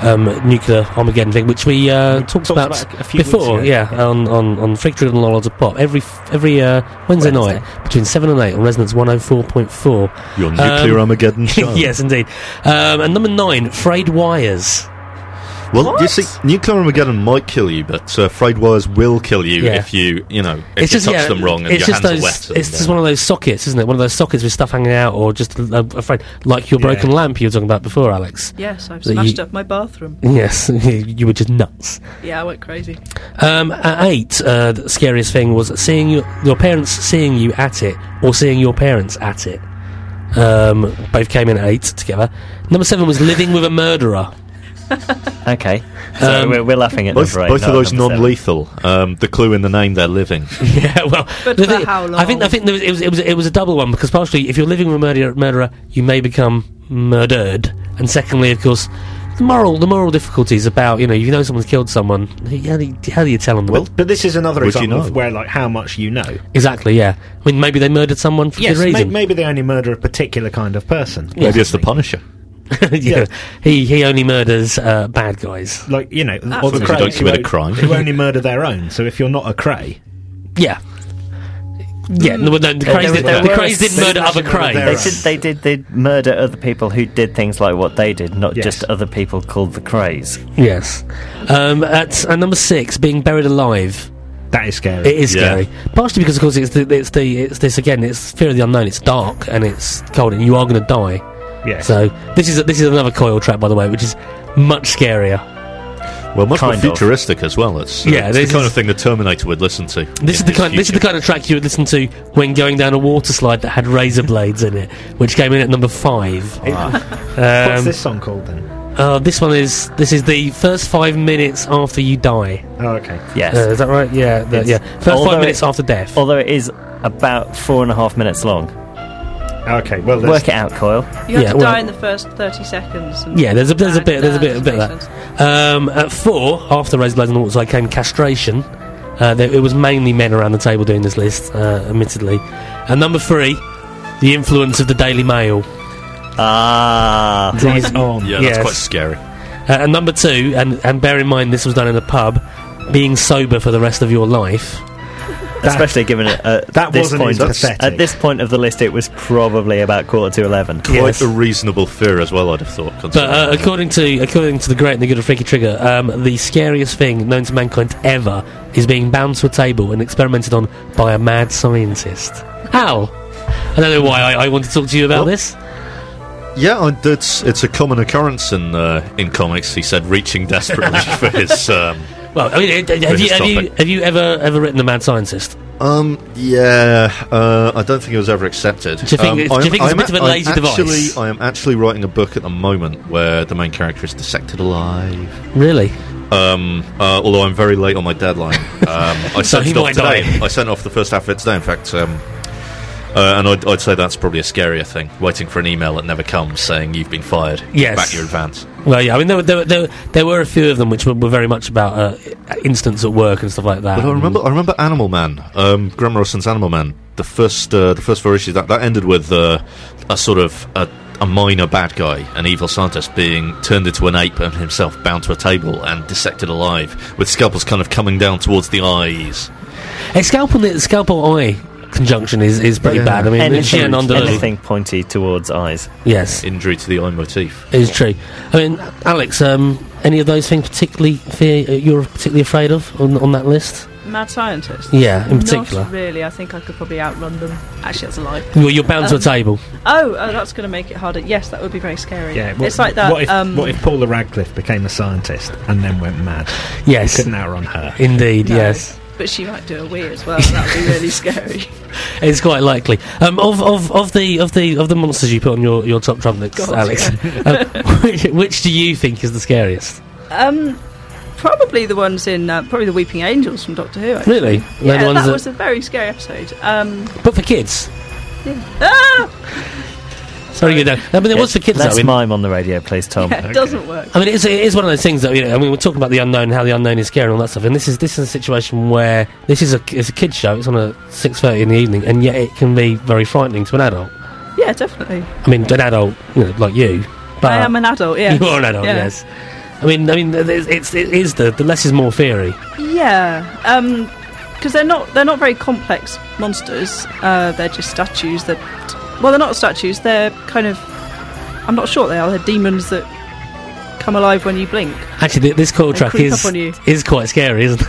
Speaker 2: um, nuclear Armageddon thing, which we, uh, talked, about,
Speaker 12: about a few weeks
Speaker 2: before,
Speaker 12: ago.
Speaker 2: yeah, on on on Freak Driven All Odds of Pop every f- every uh, Wednesday, night between seven and eight on Resonance one hundred four point four. Um,
Speaker 4: Your nuclear Armageddon show.
Speaker 2: yes, indeed. Um, and number nine, frayed wires.
Speaker 4: Well, you see, nuclear Armageddon might kill you, but uh, frayed wires will kill you
Speaker 2: Yeah.
Speaker 4: if you, you know, if you touch
Speaker 2: yeah,
Speaker 4: them wrong and
Speaker 2: it's
Speaker 4: your
Speaker 2: just those,
Speaker 4: hands are wet. and,
Speaker 2: It's just
Speaker 4: uh,
Speaker 2: one of those sockets, isn't it? One of those sockets with stuff hanging out, or just uh, afraid, like your broken lamp you were talking about before, Alex.
Speaker 6: Yes, I've
Speaker 2: That you-
Speaker 6: smashed up my bathroom.
Speaker 2: Yes, you were just nuts.
Speaker 6: Yeah, I went crazy.
Speaker 2: Um, at eight, uh, the scariest thing was seeing your, your parents seeing you at it, or seeing your parents at it. Um, both came in at eight together. Number seven was living with a murderer.
Speaker 3: Okay. So
Speaker 2: Um,
Speaker 3: we're, we're laughing at
Speaker 4: both
Speaker 3: number eight,
Speaker 4: both
Speaker 3: not
Speaker 4: of
Speaker 3: at
Speaker 4: those
Speaker 3: number seven.
Speaker 4: non-lethal. Um, the clue in the name, they're living.
Speaker 2: Yeah, well,
Speaker 6: But
Speaker 2: the
Speaker 6: for
Speaker 2: thing-
Speaker 6: how
Speaker 2: I think I
Speaker 6: long?
Speaker 2: think there was, it was it was it was a double one because partially, if you're living with a murderer, murderer, you may become murdered, and secondly, of course, the moral the moral difficulties about you know you know someone's killed someone. How do you, how do you tell them?
Speaker 5: Well, but this is another
Speaker 4: Would you
Speaker 5: example
Speaker 4: know?
Speaker 5: of where, like, how much you know.
Speaker 2: exactly, yeah. I mean, maybe they murdered someone for
Speaker 5: Yes,
Speaker 2: good
Speaker 5: may-
Speaker 2: reason.
Speaker 5: maybe they only murder a particular kind of person.
Speaker 4: Maybe it's the Punisher.
Speaker 2: yeah. he he only murders uh, bad guys.
Speaker 5: Like, you know, or
Speaker 6: Absolutely.
Speaker 5: the
Speaker 6: Who
Speaker 5: cray.
Speaker 4: don't commit a
Speaker 5: who-
Speaker 4: crime.
Speaker 5: Who only murder their own. So if you're not a cray,
Speaker 2: Yeah.
Speaker 6: Mm.
Speaker 2: Yeah, no, no, the Crays
Speaker 3: there-
Speaker 2: did,
Speaker 3: there
Speaker 2: the
Speaker 3: were-
Speaker 2: Crays did
Speaker 3: they
Speaker 2: murder
Speaker 5: actually
Speaker 2: other Crays.
Speaker 5: murdered their
Speaker 3: They
Speaker 5: Right.
Speaker 3: did, they did they murder other people who did things like what they did, not
Speaker 5: Yes.
Speaker 3: just other people called the craze.
Speaker 2: Yes. Um, at, and number six, being buried alive.
Speaker 5: that is scary.
Speaker 2: It is
Speaker 4: Yeah.
Speaker 2: scary, partially because, of course, it's the, it's the it's this again. It's fear of the unknown. It's dark and it's cold, and you are going to die.
Speaker 5: yes.
Speaker 2: So this is this is another coil trap, by the way, which is much scarier.
Speaker 4: Well, much more
Speaker 3: Kind of.
Speaker 4: futuristic as well. It's,
Speaker 2: Yeah,
Speaker 4: yeah, it's the
Speaker 2: this
Speaker 4: kind
Speaker 2: is-
Speaker 4: of thing the Terminator would listen to.
Speaker 2: This is the kind this is the kind of track you would listen to when going down a water slide that had razor blades in it, which came in at number five.
Speaker 5: What's
Speaker 2: Um,
Speaker 5: this song called then?
Speaker 2: uh, this one is this is the first five minutes after you die.
Speaker 5: Oh, okay.
Speaker 3: Yes.
Speaker 2: Uh, is that right? Yeah, the-
Speaker 3: Yes.
Speaker 2: yeah. First
Speaker 3: Although
Speaker 2: five minutes
Speaker 3: it-
Speaker 2: after death.
Speaker 3: Although it is about four and a half minutes long.
Speaker 5: Okay, well, there's-
Speaker 3: Work it out, Coil.
Speaker 6: You have
Speaker 2: Yeah,
Speaker 6: to
Speaker 2: well-
Speaker 6: die in the first 30 seconds. and-
Speaker 2: Yeah, there's a there's a
Speaker 6: and,
Speaker 2: bit there's a
Speaker 6: uh,
Speaker 2: bit a bit of
Speaker 6: makes sense.
Speaker 2: that. Um, at four, after Razor Blades and Water Slide came castration. Uh, there, it was mainly men around the table doing this list, uh, admittedly. And number three, the influence of the Daily Mail.
Speaker 3: Ah.
Speaker 5: Drive on.
Speaker 4: yeah,
Speaker 2: yes.
Speaker 4: that's quite scary.
Speaker 2: Uh, and number two, and, and bear in mind this was done in a pub, being sober for the rest of your life.
Speaker 3: Especially given it at
Speaker 5: That
Speaker 3: this
Speaker 5: wasn't
Speaker 3: point.
Speaker 5: empathetic.
Speaker 3: At this point of the list, it was probably about quarter to eleven.
Speaker 4: Quite
Speaker 2: Yes.
Speaker 4: a reasonable fear as well, I'd have thought.
Speaker 2: But uh,
Speaker 4: considering.
Speaker 2: according to according to the great and the good of Freaky Trigger, um, the scariest thing known to mankind ever is being bound to a table and experimented on by a mad scientist. How? I don't know why I, I want to talk to you about
Speaker 4: Well,
Speaker 2: this.
Speaker 4: Yeah, I- that's it's a common occurrence in uh, in comics. He said reaching desperately for his. Um,
Speaker 2: Well, I mean, it- it- have
Speaker 4: this
Speaker 2: you, have, you,
Speaker 4: topic.
Speaker 2: have you ever ever written a mad scientist?
Speaker 4: um, yeah, uh, I don't think it was ever accepted.
Speaker 2: you think
Speaker 4: um,
Speaker 2: it's- do you
Speaker 4: I'm-
Speaker 2: think it's a
Speaker 4: I'm
Speaker 2: bit of a
Speaker 4: I'm
Speaker 2: lazy device?
Speaker 4: actually- I am actually writing a book at the moment where the main character is dissected alive.
Speaker 2: Really?
Speaker 4: Um, uh, although I'm very late on my deadline. Um,
Speaker 2: So
Speaker 4: I sent
Speaker 2: he
Speaker 4: it off
Speaker 2: might
Speaker 4: today.
Speaker 2: die.
Speaker 4: I sent off the first half of it today. In fact. Um, uh, and I'd, I'd say that's probably a scarier thing, waiting for an email that never comes saying you've been fired.
Speaker 2: Yes.
Speaker 4: Back your advance.
Speaker 2: Well, yeah. I mean, there were, there, were- there, were- there were a few of them which were, were very much about uh, instants at work and stuff like that.
Speaker 4: But I remember, I remember Animal Man, um, Graham Morrison's Animal Man. The first, uh, the first four issues that that ended with uh, a sort of a, a minor bad guy, an evil scientist, being turned into an ape and himself bound to a table and dissected alive, with scalpels kind of coming down towards the eyes.
Speaker 2: a scalpel scalpel eye conjunction is, is pretty
Speaker 4: Yeah.
Speaker 2: bad. I mean,
Speaker 3: Anything,
Speaker 2: Gian Andalou-
Speaker 3: anything pointy towards eyes.
Speaker 2: Yes.
Speaker 4: Injury to the eye motif.
Speaker 2: It's true. I mean, Alex, um, any of those things particularly fear uh, you're particularly afraid of on, on that list?
Speaker 6: Mad scientist.
Speaker 2: Yeah, in particular.
Speaker 6: Not really. I think I could probably outrun them. Actually, that's a lie.
Speaker 2: Well, you're bound to a
Speaker 6: Um,
Speaker 2: table.
Speaker 6: Oh, oh that's going to make it harder. Yes, that would be very scary.
Speaker 5: Yeah, what-
Speaker 6: it's like that.
Speaker 5: What if,
Speaker 6: um,
Speaker 5: what if Paula Radcliffe became a scientist and then went mad?
Speaker 2: Yes,
Speaker 5: Couldn't outrun her.
Speaker 2: indeed.
Speaker 6: No.
Speaker 2: Yes,
Speaker 6: But she might do a wee as well. and That would be really scary.
Speaker 2: it's quite likely. Um, of, of, of the of the of the monsters you put on your, your top trumpets,
Speaker 6: God,
Speaker 2: Alex, um, which, which do you think is the scariest?
Speaker 6: Um, probably the ones in uh, probably the Weeping Angels from Doctor Who. actually.
Speaker 2: Really? They're
Speaker 6: Yeah,
Speaker 2: the ones
Speaker 6: that
Speaker 2: that-
Speaker 6: was a very scary episode. Um,
Speaker 2: But for kids,
Speaker 6: ah,
Speaker 2: sorry, good. I mean, it was for kids.
Speaker 3: That's
Speaker 2: though. I mean,
Speaker 3: mime on the radio, please, Tom.
Speaker 6: yeah, it doesn't work.
Speaker 2: I mean, it's, it is one of those things that you know. I mean, we're talking about the unknown, how the unknown is scary, and all that stuff. And this is this is a situation where this is a it's a kids show. It's on at six thirty in the evening, and yet it can be very frightening to an adult.
Speaker 6: Yeah, definitely.
Speaker 2: Uh-huh. I mean, an adult you know, like you. But
Speaker 6: I am an adult. Yeah,
Speaker 2: You are an adult. Yes. I mean, I mean, th- th- it's it is the the less is more theory.
Speaker 6: Yeah, because they're not they're not very complex monsters. Uh, they're just statues that, well, they're not statues. They're kind of, I'm not sure what they are. They're demons that come alive when you blink.
Speaker 2: Actually, th- this coil
Speaker 6: They
Speaker 2: track
Speaker 6: creep
Speaker 2: is
Speaker 6: up on you.
Speaker 2: is quite scary, isn't it?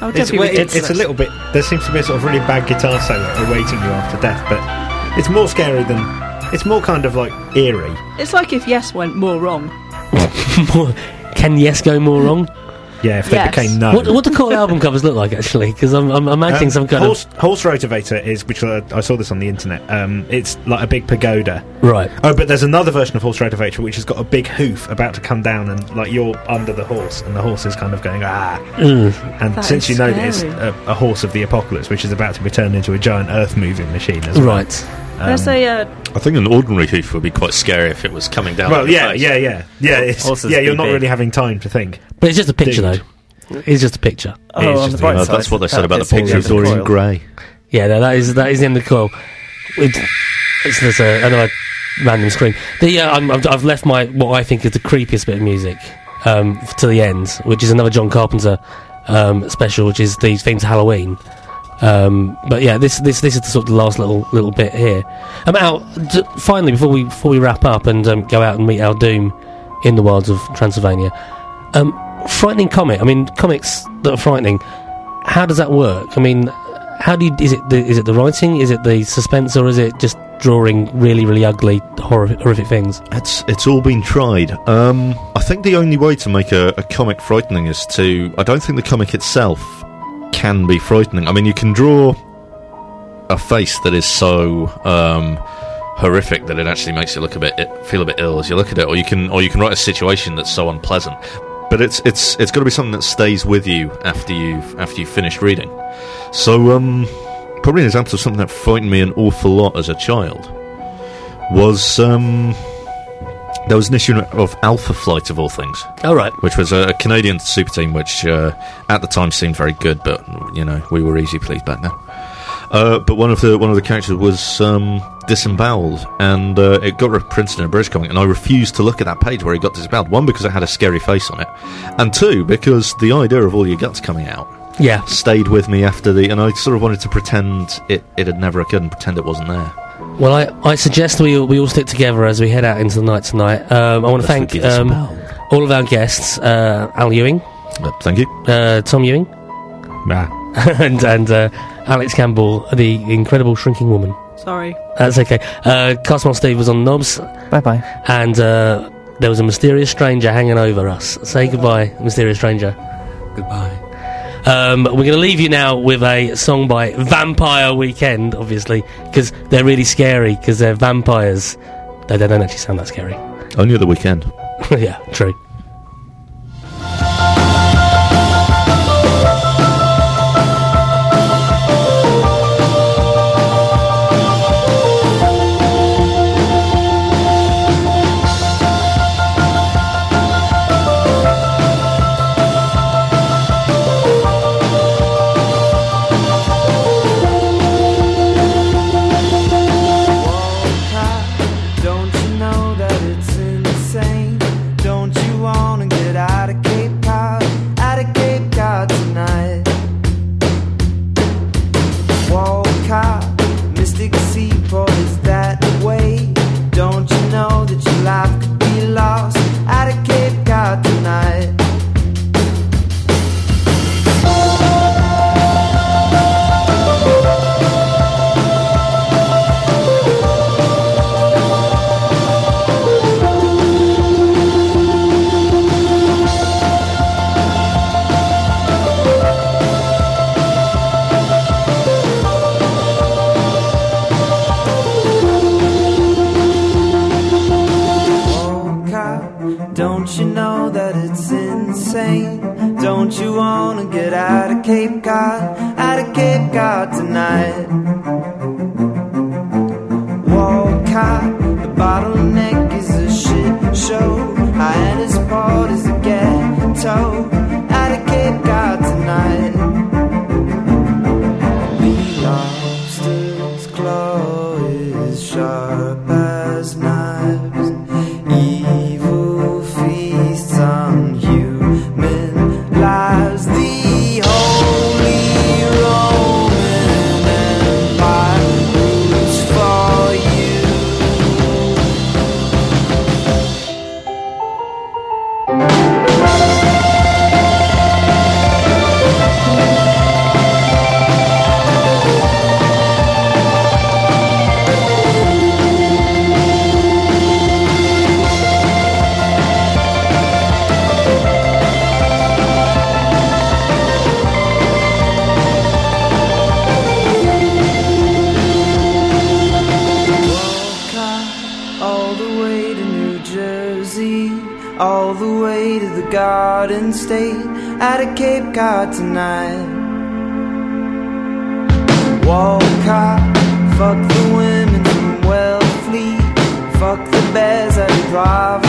Speaker 6: I would
Speaker 5: It's,
Speaker 6: definitely
Speaker 5: wa-
Speaker 6: read
Speaker 5: it's, it's a
Speaker 6: this.
Speaker 5: little bit. There seems to be a sort of really bad guitar solo awaiting you after death, but it's more scary than. It's more kind of like eerie.
Speaker 6: It's like if yes went more wrong.
Speaker 2: More- Can yes go more wrong?
Speaker 5: Yeah, if they
Speaker 6: Yes.
Speaker 5: became no.
Speaker 2: What, what do coil album covers look like actually? Because I'm, I'm imagining
Speaker 5: Um,
Speaker 2: some kind
Speaker 5: horse, horse rotivator is which uh, I saw this on the internet. Um, it's like a big pagoda.
Speaker 2: of right.
Speaker 5: Oh, but there's another version of horse rotivator which has got a big hoof about to come down, and like you're under the horse, and the horse is kind of going ah.
Speaker 3: Mm.
Speaker 5: And
Speaker 6: That
Speaker 5: since
Speaker 6: is
Speaker 5: you know that it's
Speaker 6: scary.
Speaker 5: a, a horse of the apocalypse, which is about to be turned into a giant earth moving machine as well.
Speaker 2: Right.
Speaker 6: There's a uh,
Speaker 4: I think an ordinary hoof would be quite scary if it was coming down.
Speaker 5: Well,
Speaker 4: on your
Speaker 5: yeah,
Speaker 4: face.
Speaker 5: yeah, yeah, yeah. It's,
Speaker 3: horses
Speaker 5: yeah,
Speaker 3: be
Speaker 5: you're not
Speaker 3: big.
Speaker 5: really having time to think.
Speaker 2: But it's just a picture
Speaker 5: Dude.
Speaker 2: though. It's just a picture.
Speaker 5: It is
Speaker 3: Oh, on
Speaker 5: just
Speaker 3: the
Speaker 5: the-
Speaker 3: bright
Speaker 4: Uh,
Speaker 3: side,
Speaker 4: that's what they said
Speaker 3: that
Speaker 4: about the
Speaker 3: fits all
Speaker 4: picture of
Speaker 3: the
Speaker 4: Dorian
Speaker 3: coil.
Speaker 4: Gray.
Speaker 2: Yeah, no, that is that is in the coil. It, it's there's a, another random scream. The yeah, I'm, I've, I've left my what I think is the creepiest bit of music um, f- to the end, which is another John Carpenter um, special, which is the theme to Halloween. Um, but yeah, this this this is the sort of the last little little bit here. Um, Al, d- finally before we before we wrap up and um, go out and meet our doom in the wilds of Transylvania, um, frightening comic. I mean, comics that are frightening. How does that work? I mean, how do you, is it the, is it the writing? Is it the suspense, or is it just drawing really really ugly horrific, horrific things?
Speaker 4: It's it's all been tried. Um, I think the only way to make a, a comic frightening is to. I don't think the comic itself can be frightening. I mean, you can draw a face that is so um, horrific that it actually makes you look a bit it, feel a bit ill as you look at it, or you can or you can write a situation that's so unpleasant. But it's it's it's got to be something that stays with you after you've after you've finished reading. So um, probably an example of something that frightened me an awful lot as a child was um, there was an issue of Alpha Flight of all things,
Speaker 2: All right,
Speaker 4: which was a, a Canadian super team, which uh, at the time seemed very good, but you know we were easy pleased back then. Uh, but one of the one of the characters was um, disemboweled, and uh, it got reprinted in a British comic. And I refused to look at that page where he got disemboweled. One because it had a scary face on it, and two because the idea of all your guts coming out
Speaker 2: yeah,
Speaker 4: stayed with me after the. And I sort of wanted to pretend it, it had never occurred and pretend it wasn't there.
Speaker 2: Well, I, I suggest we all, we all stick together as we head out into the night tonight. Um, I want to
Speaker 4: Let's look
Speaker 2: thank
Speaker 4: at this
Speaker 2: um,
Speaker 4: bell.
Speaker 2: all of our guests: uh, Al Ewing,
Speaker 4: Uh, Thank you.
Speaker 2: uh, Tom Ewing,
Speaker 5: Nah.
Speaker 2: and and uh, Alex Campbell, the incredible shrinking woman.
Speaker 6: sorry.
Speaker 2: That's okay. Uh, Cosmo Steve was on knobs,
Speaker 3: Bye bye.
Speaker 2: and uh, there was a mysterious stranger hanging over us. Say goodbye, mysterious stranger. Goodbye. Um, we're going to leave you now with a song by Vampire Weekend, obviously, because they're really scary because they're vampires. They, they don't actually sound that scary.
Speaker 4: Only at the weekend.
Speaker 2: yeah, true.
Speaker 9: Don't you know that it's insane? Don't you wanna get out of Cape Cod, out of Cape Cod tonight? Walcott, Mystic Seaport is that way. Don't you know that your life could be lost out of Cape Cod tonight? Walcott, Don't you know that it's insane? Don't you wanna get out of Cape Cod, out of Cape Cod tonight? Walcott, the bottleneck is a shit show. Hyannis Port is a ghetto, out of Cape Cod tonight. The lobster's claw is sharp as knives evil feasts on all the way to New Jersey, all the way to the Garden State, out of Cape Cod tonight. Walcott, fuck the women from Wellfleet, fuck the bears at Bravo.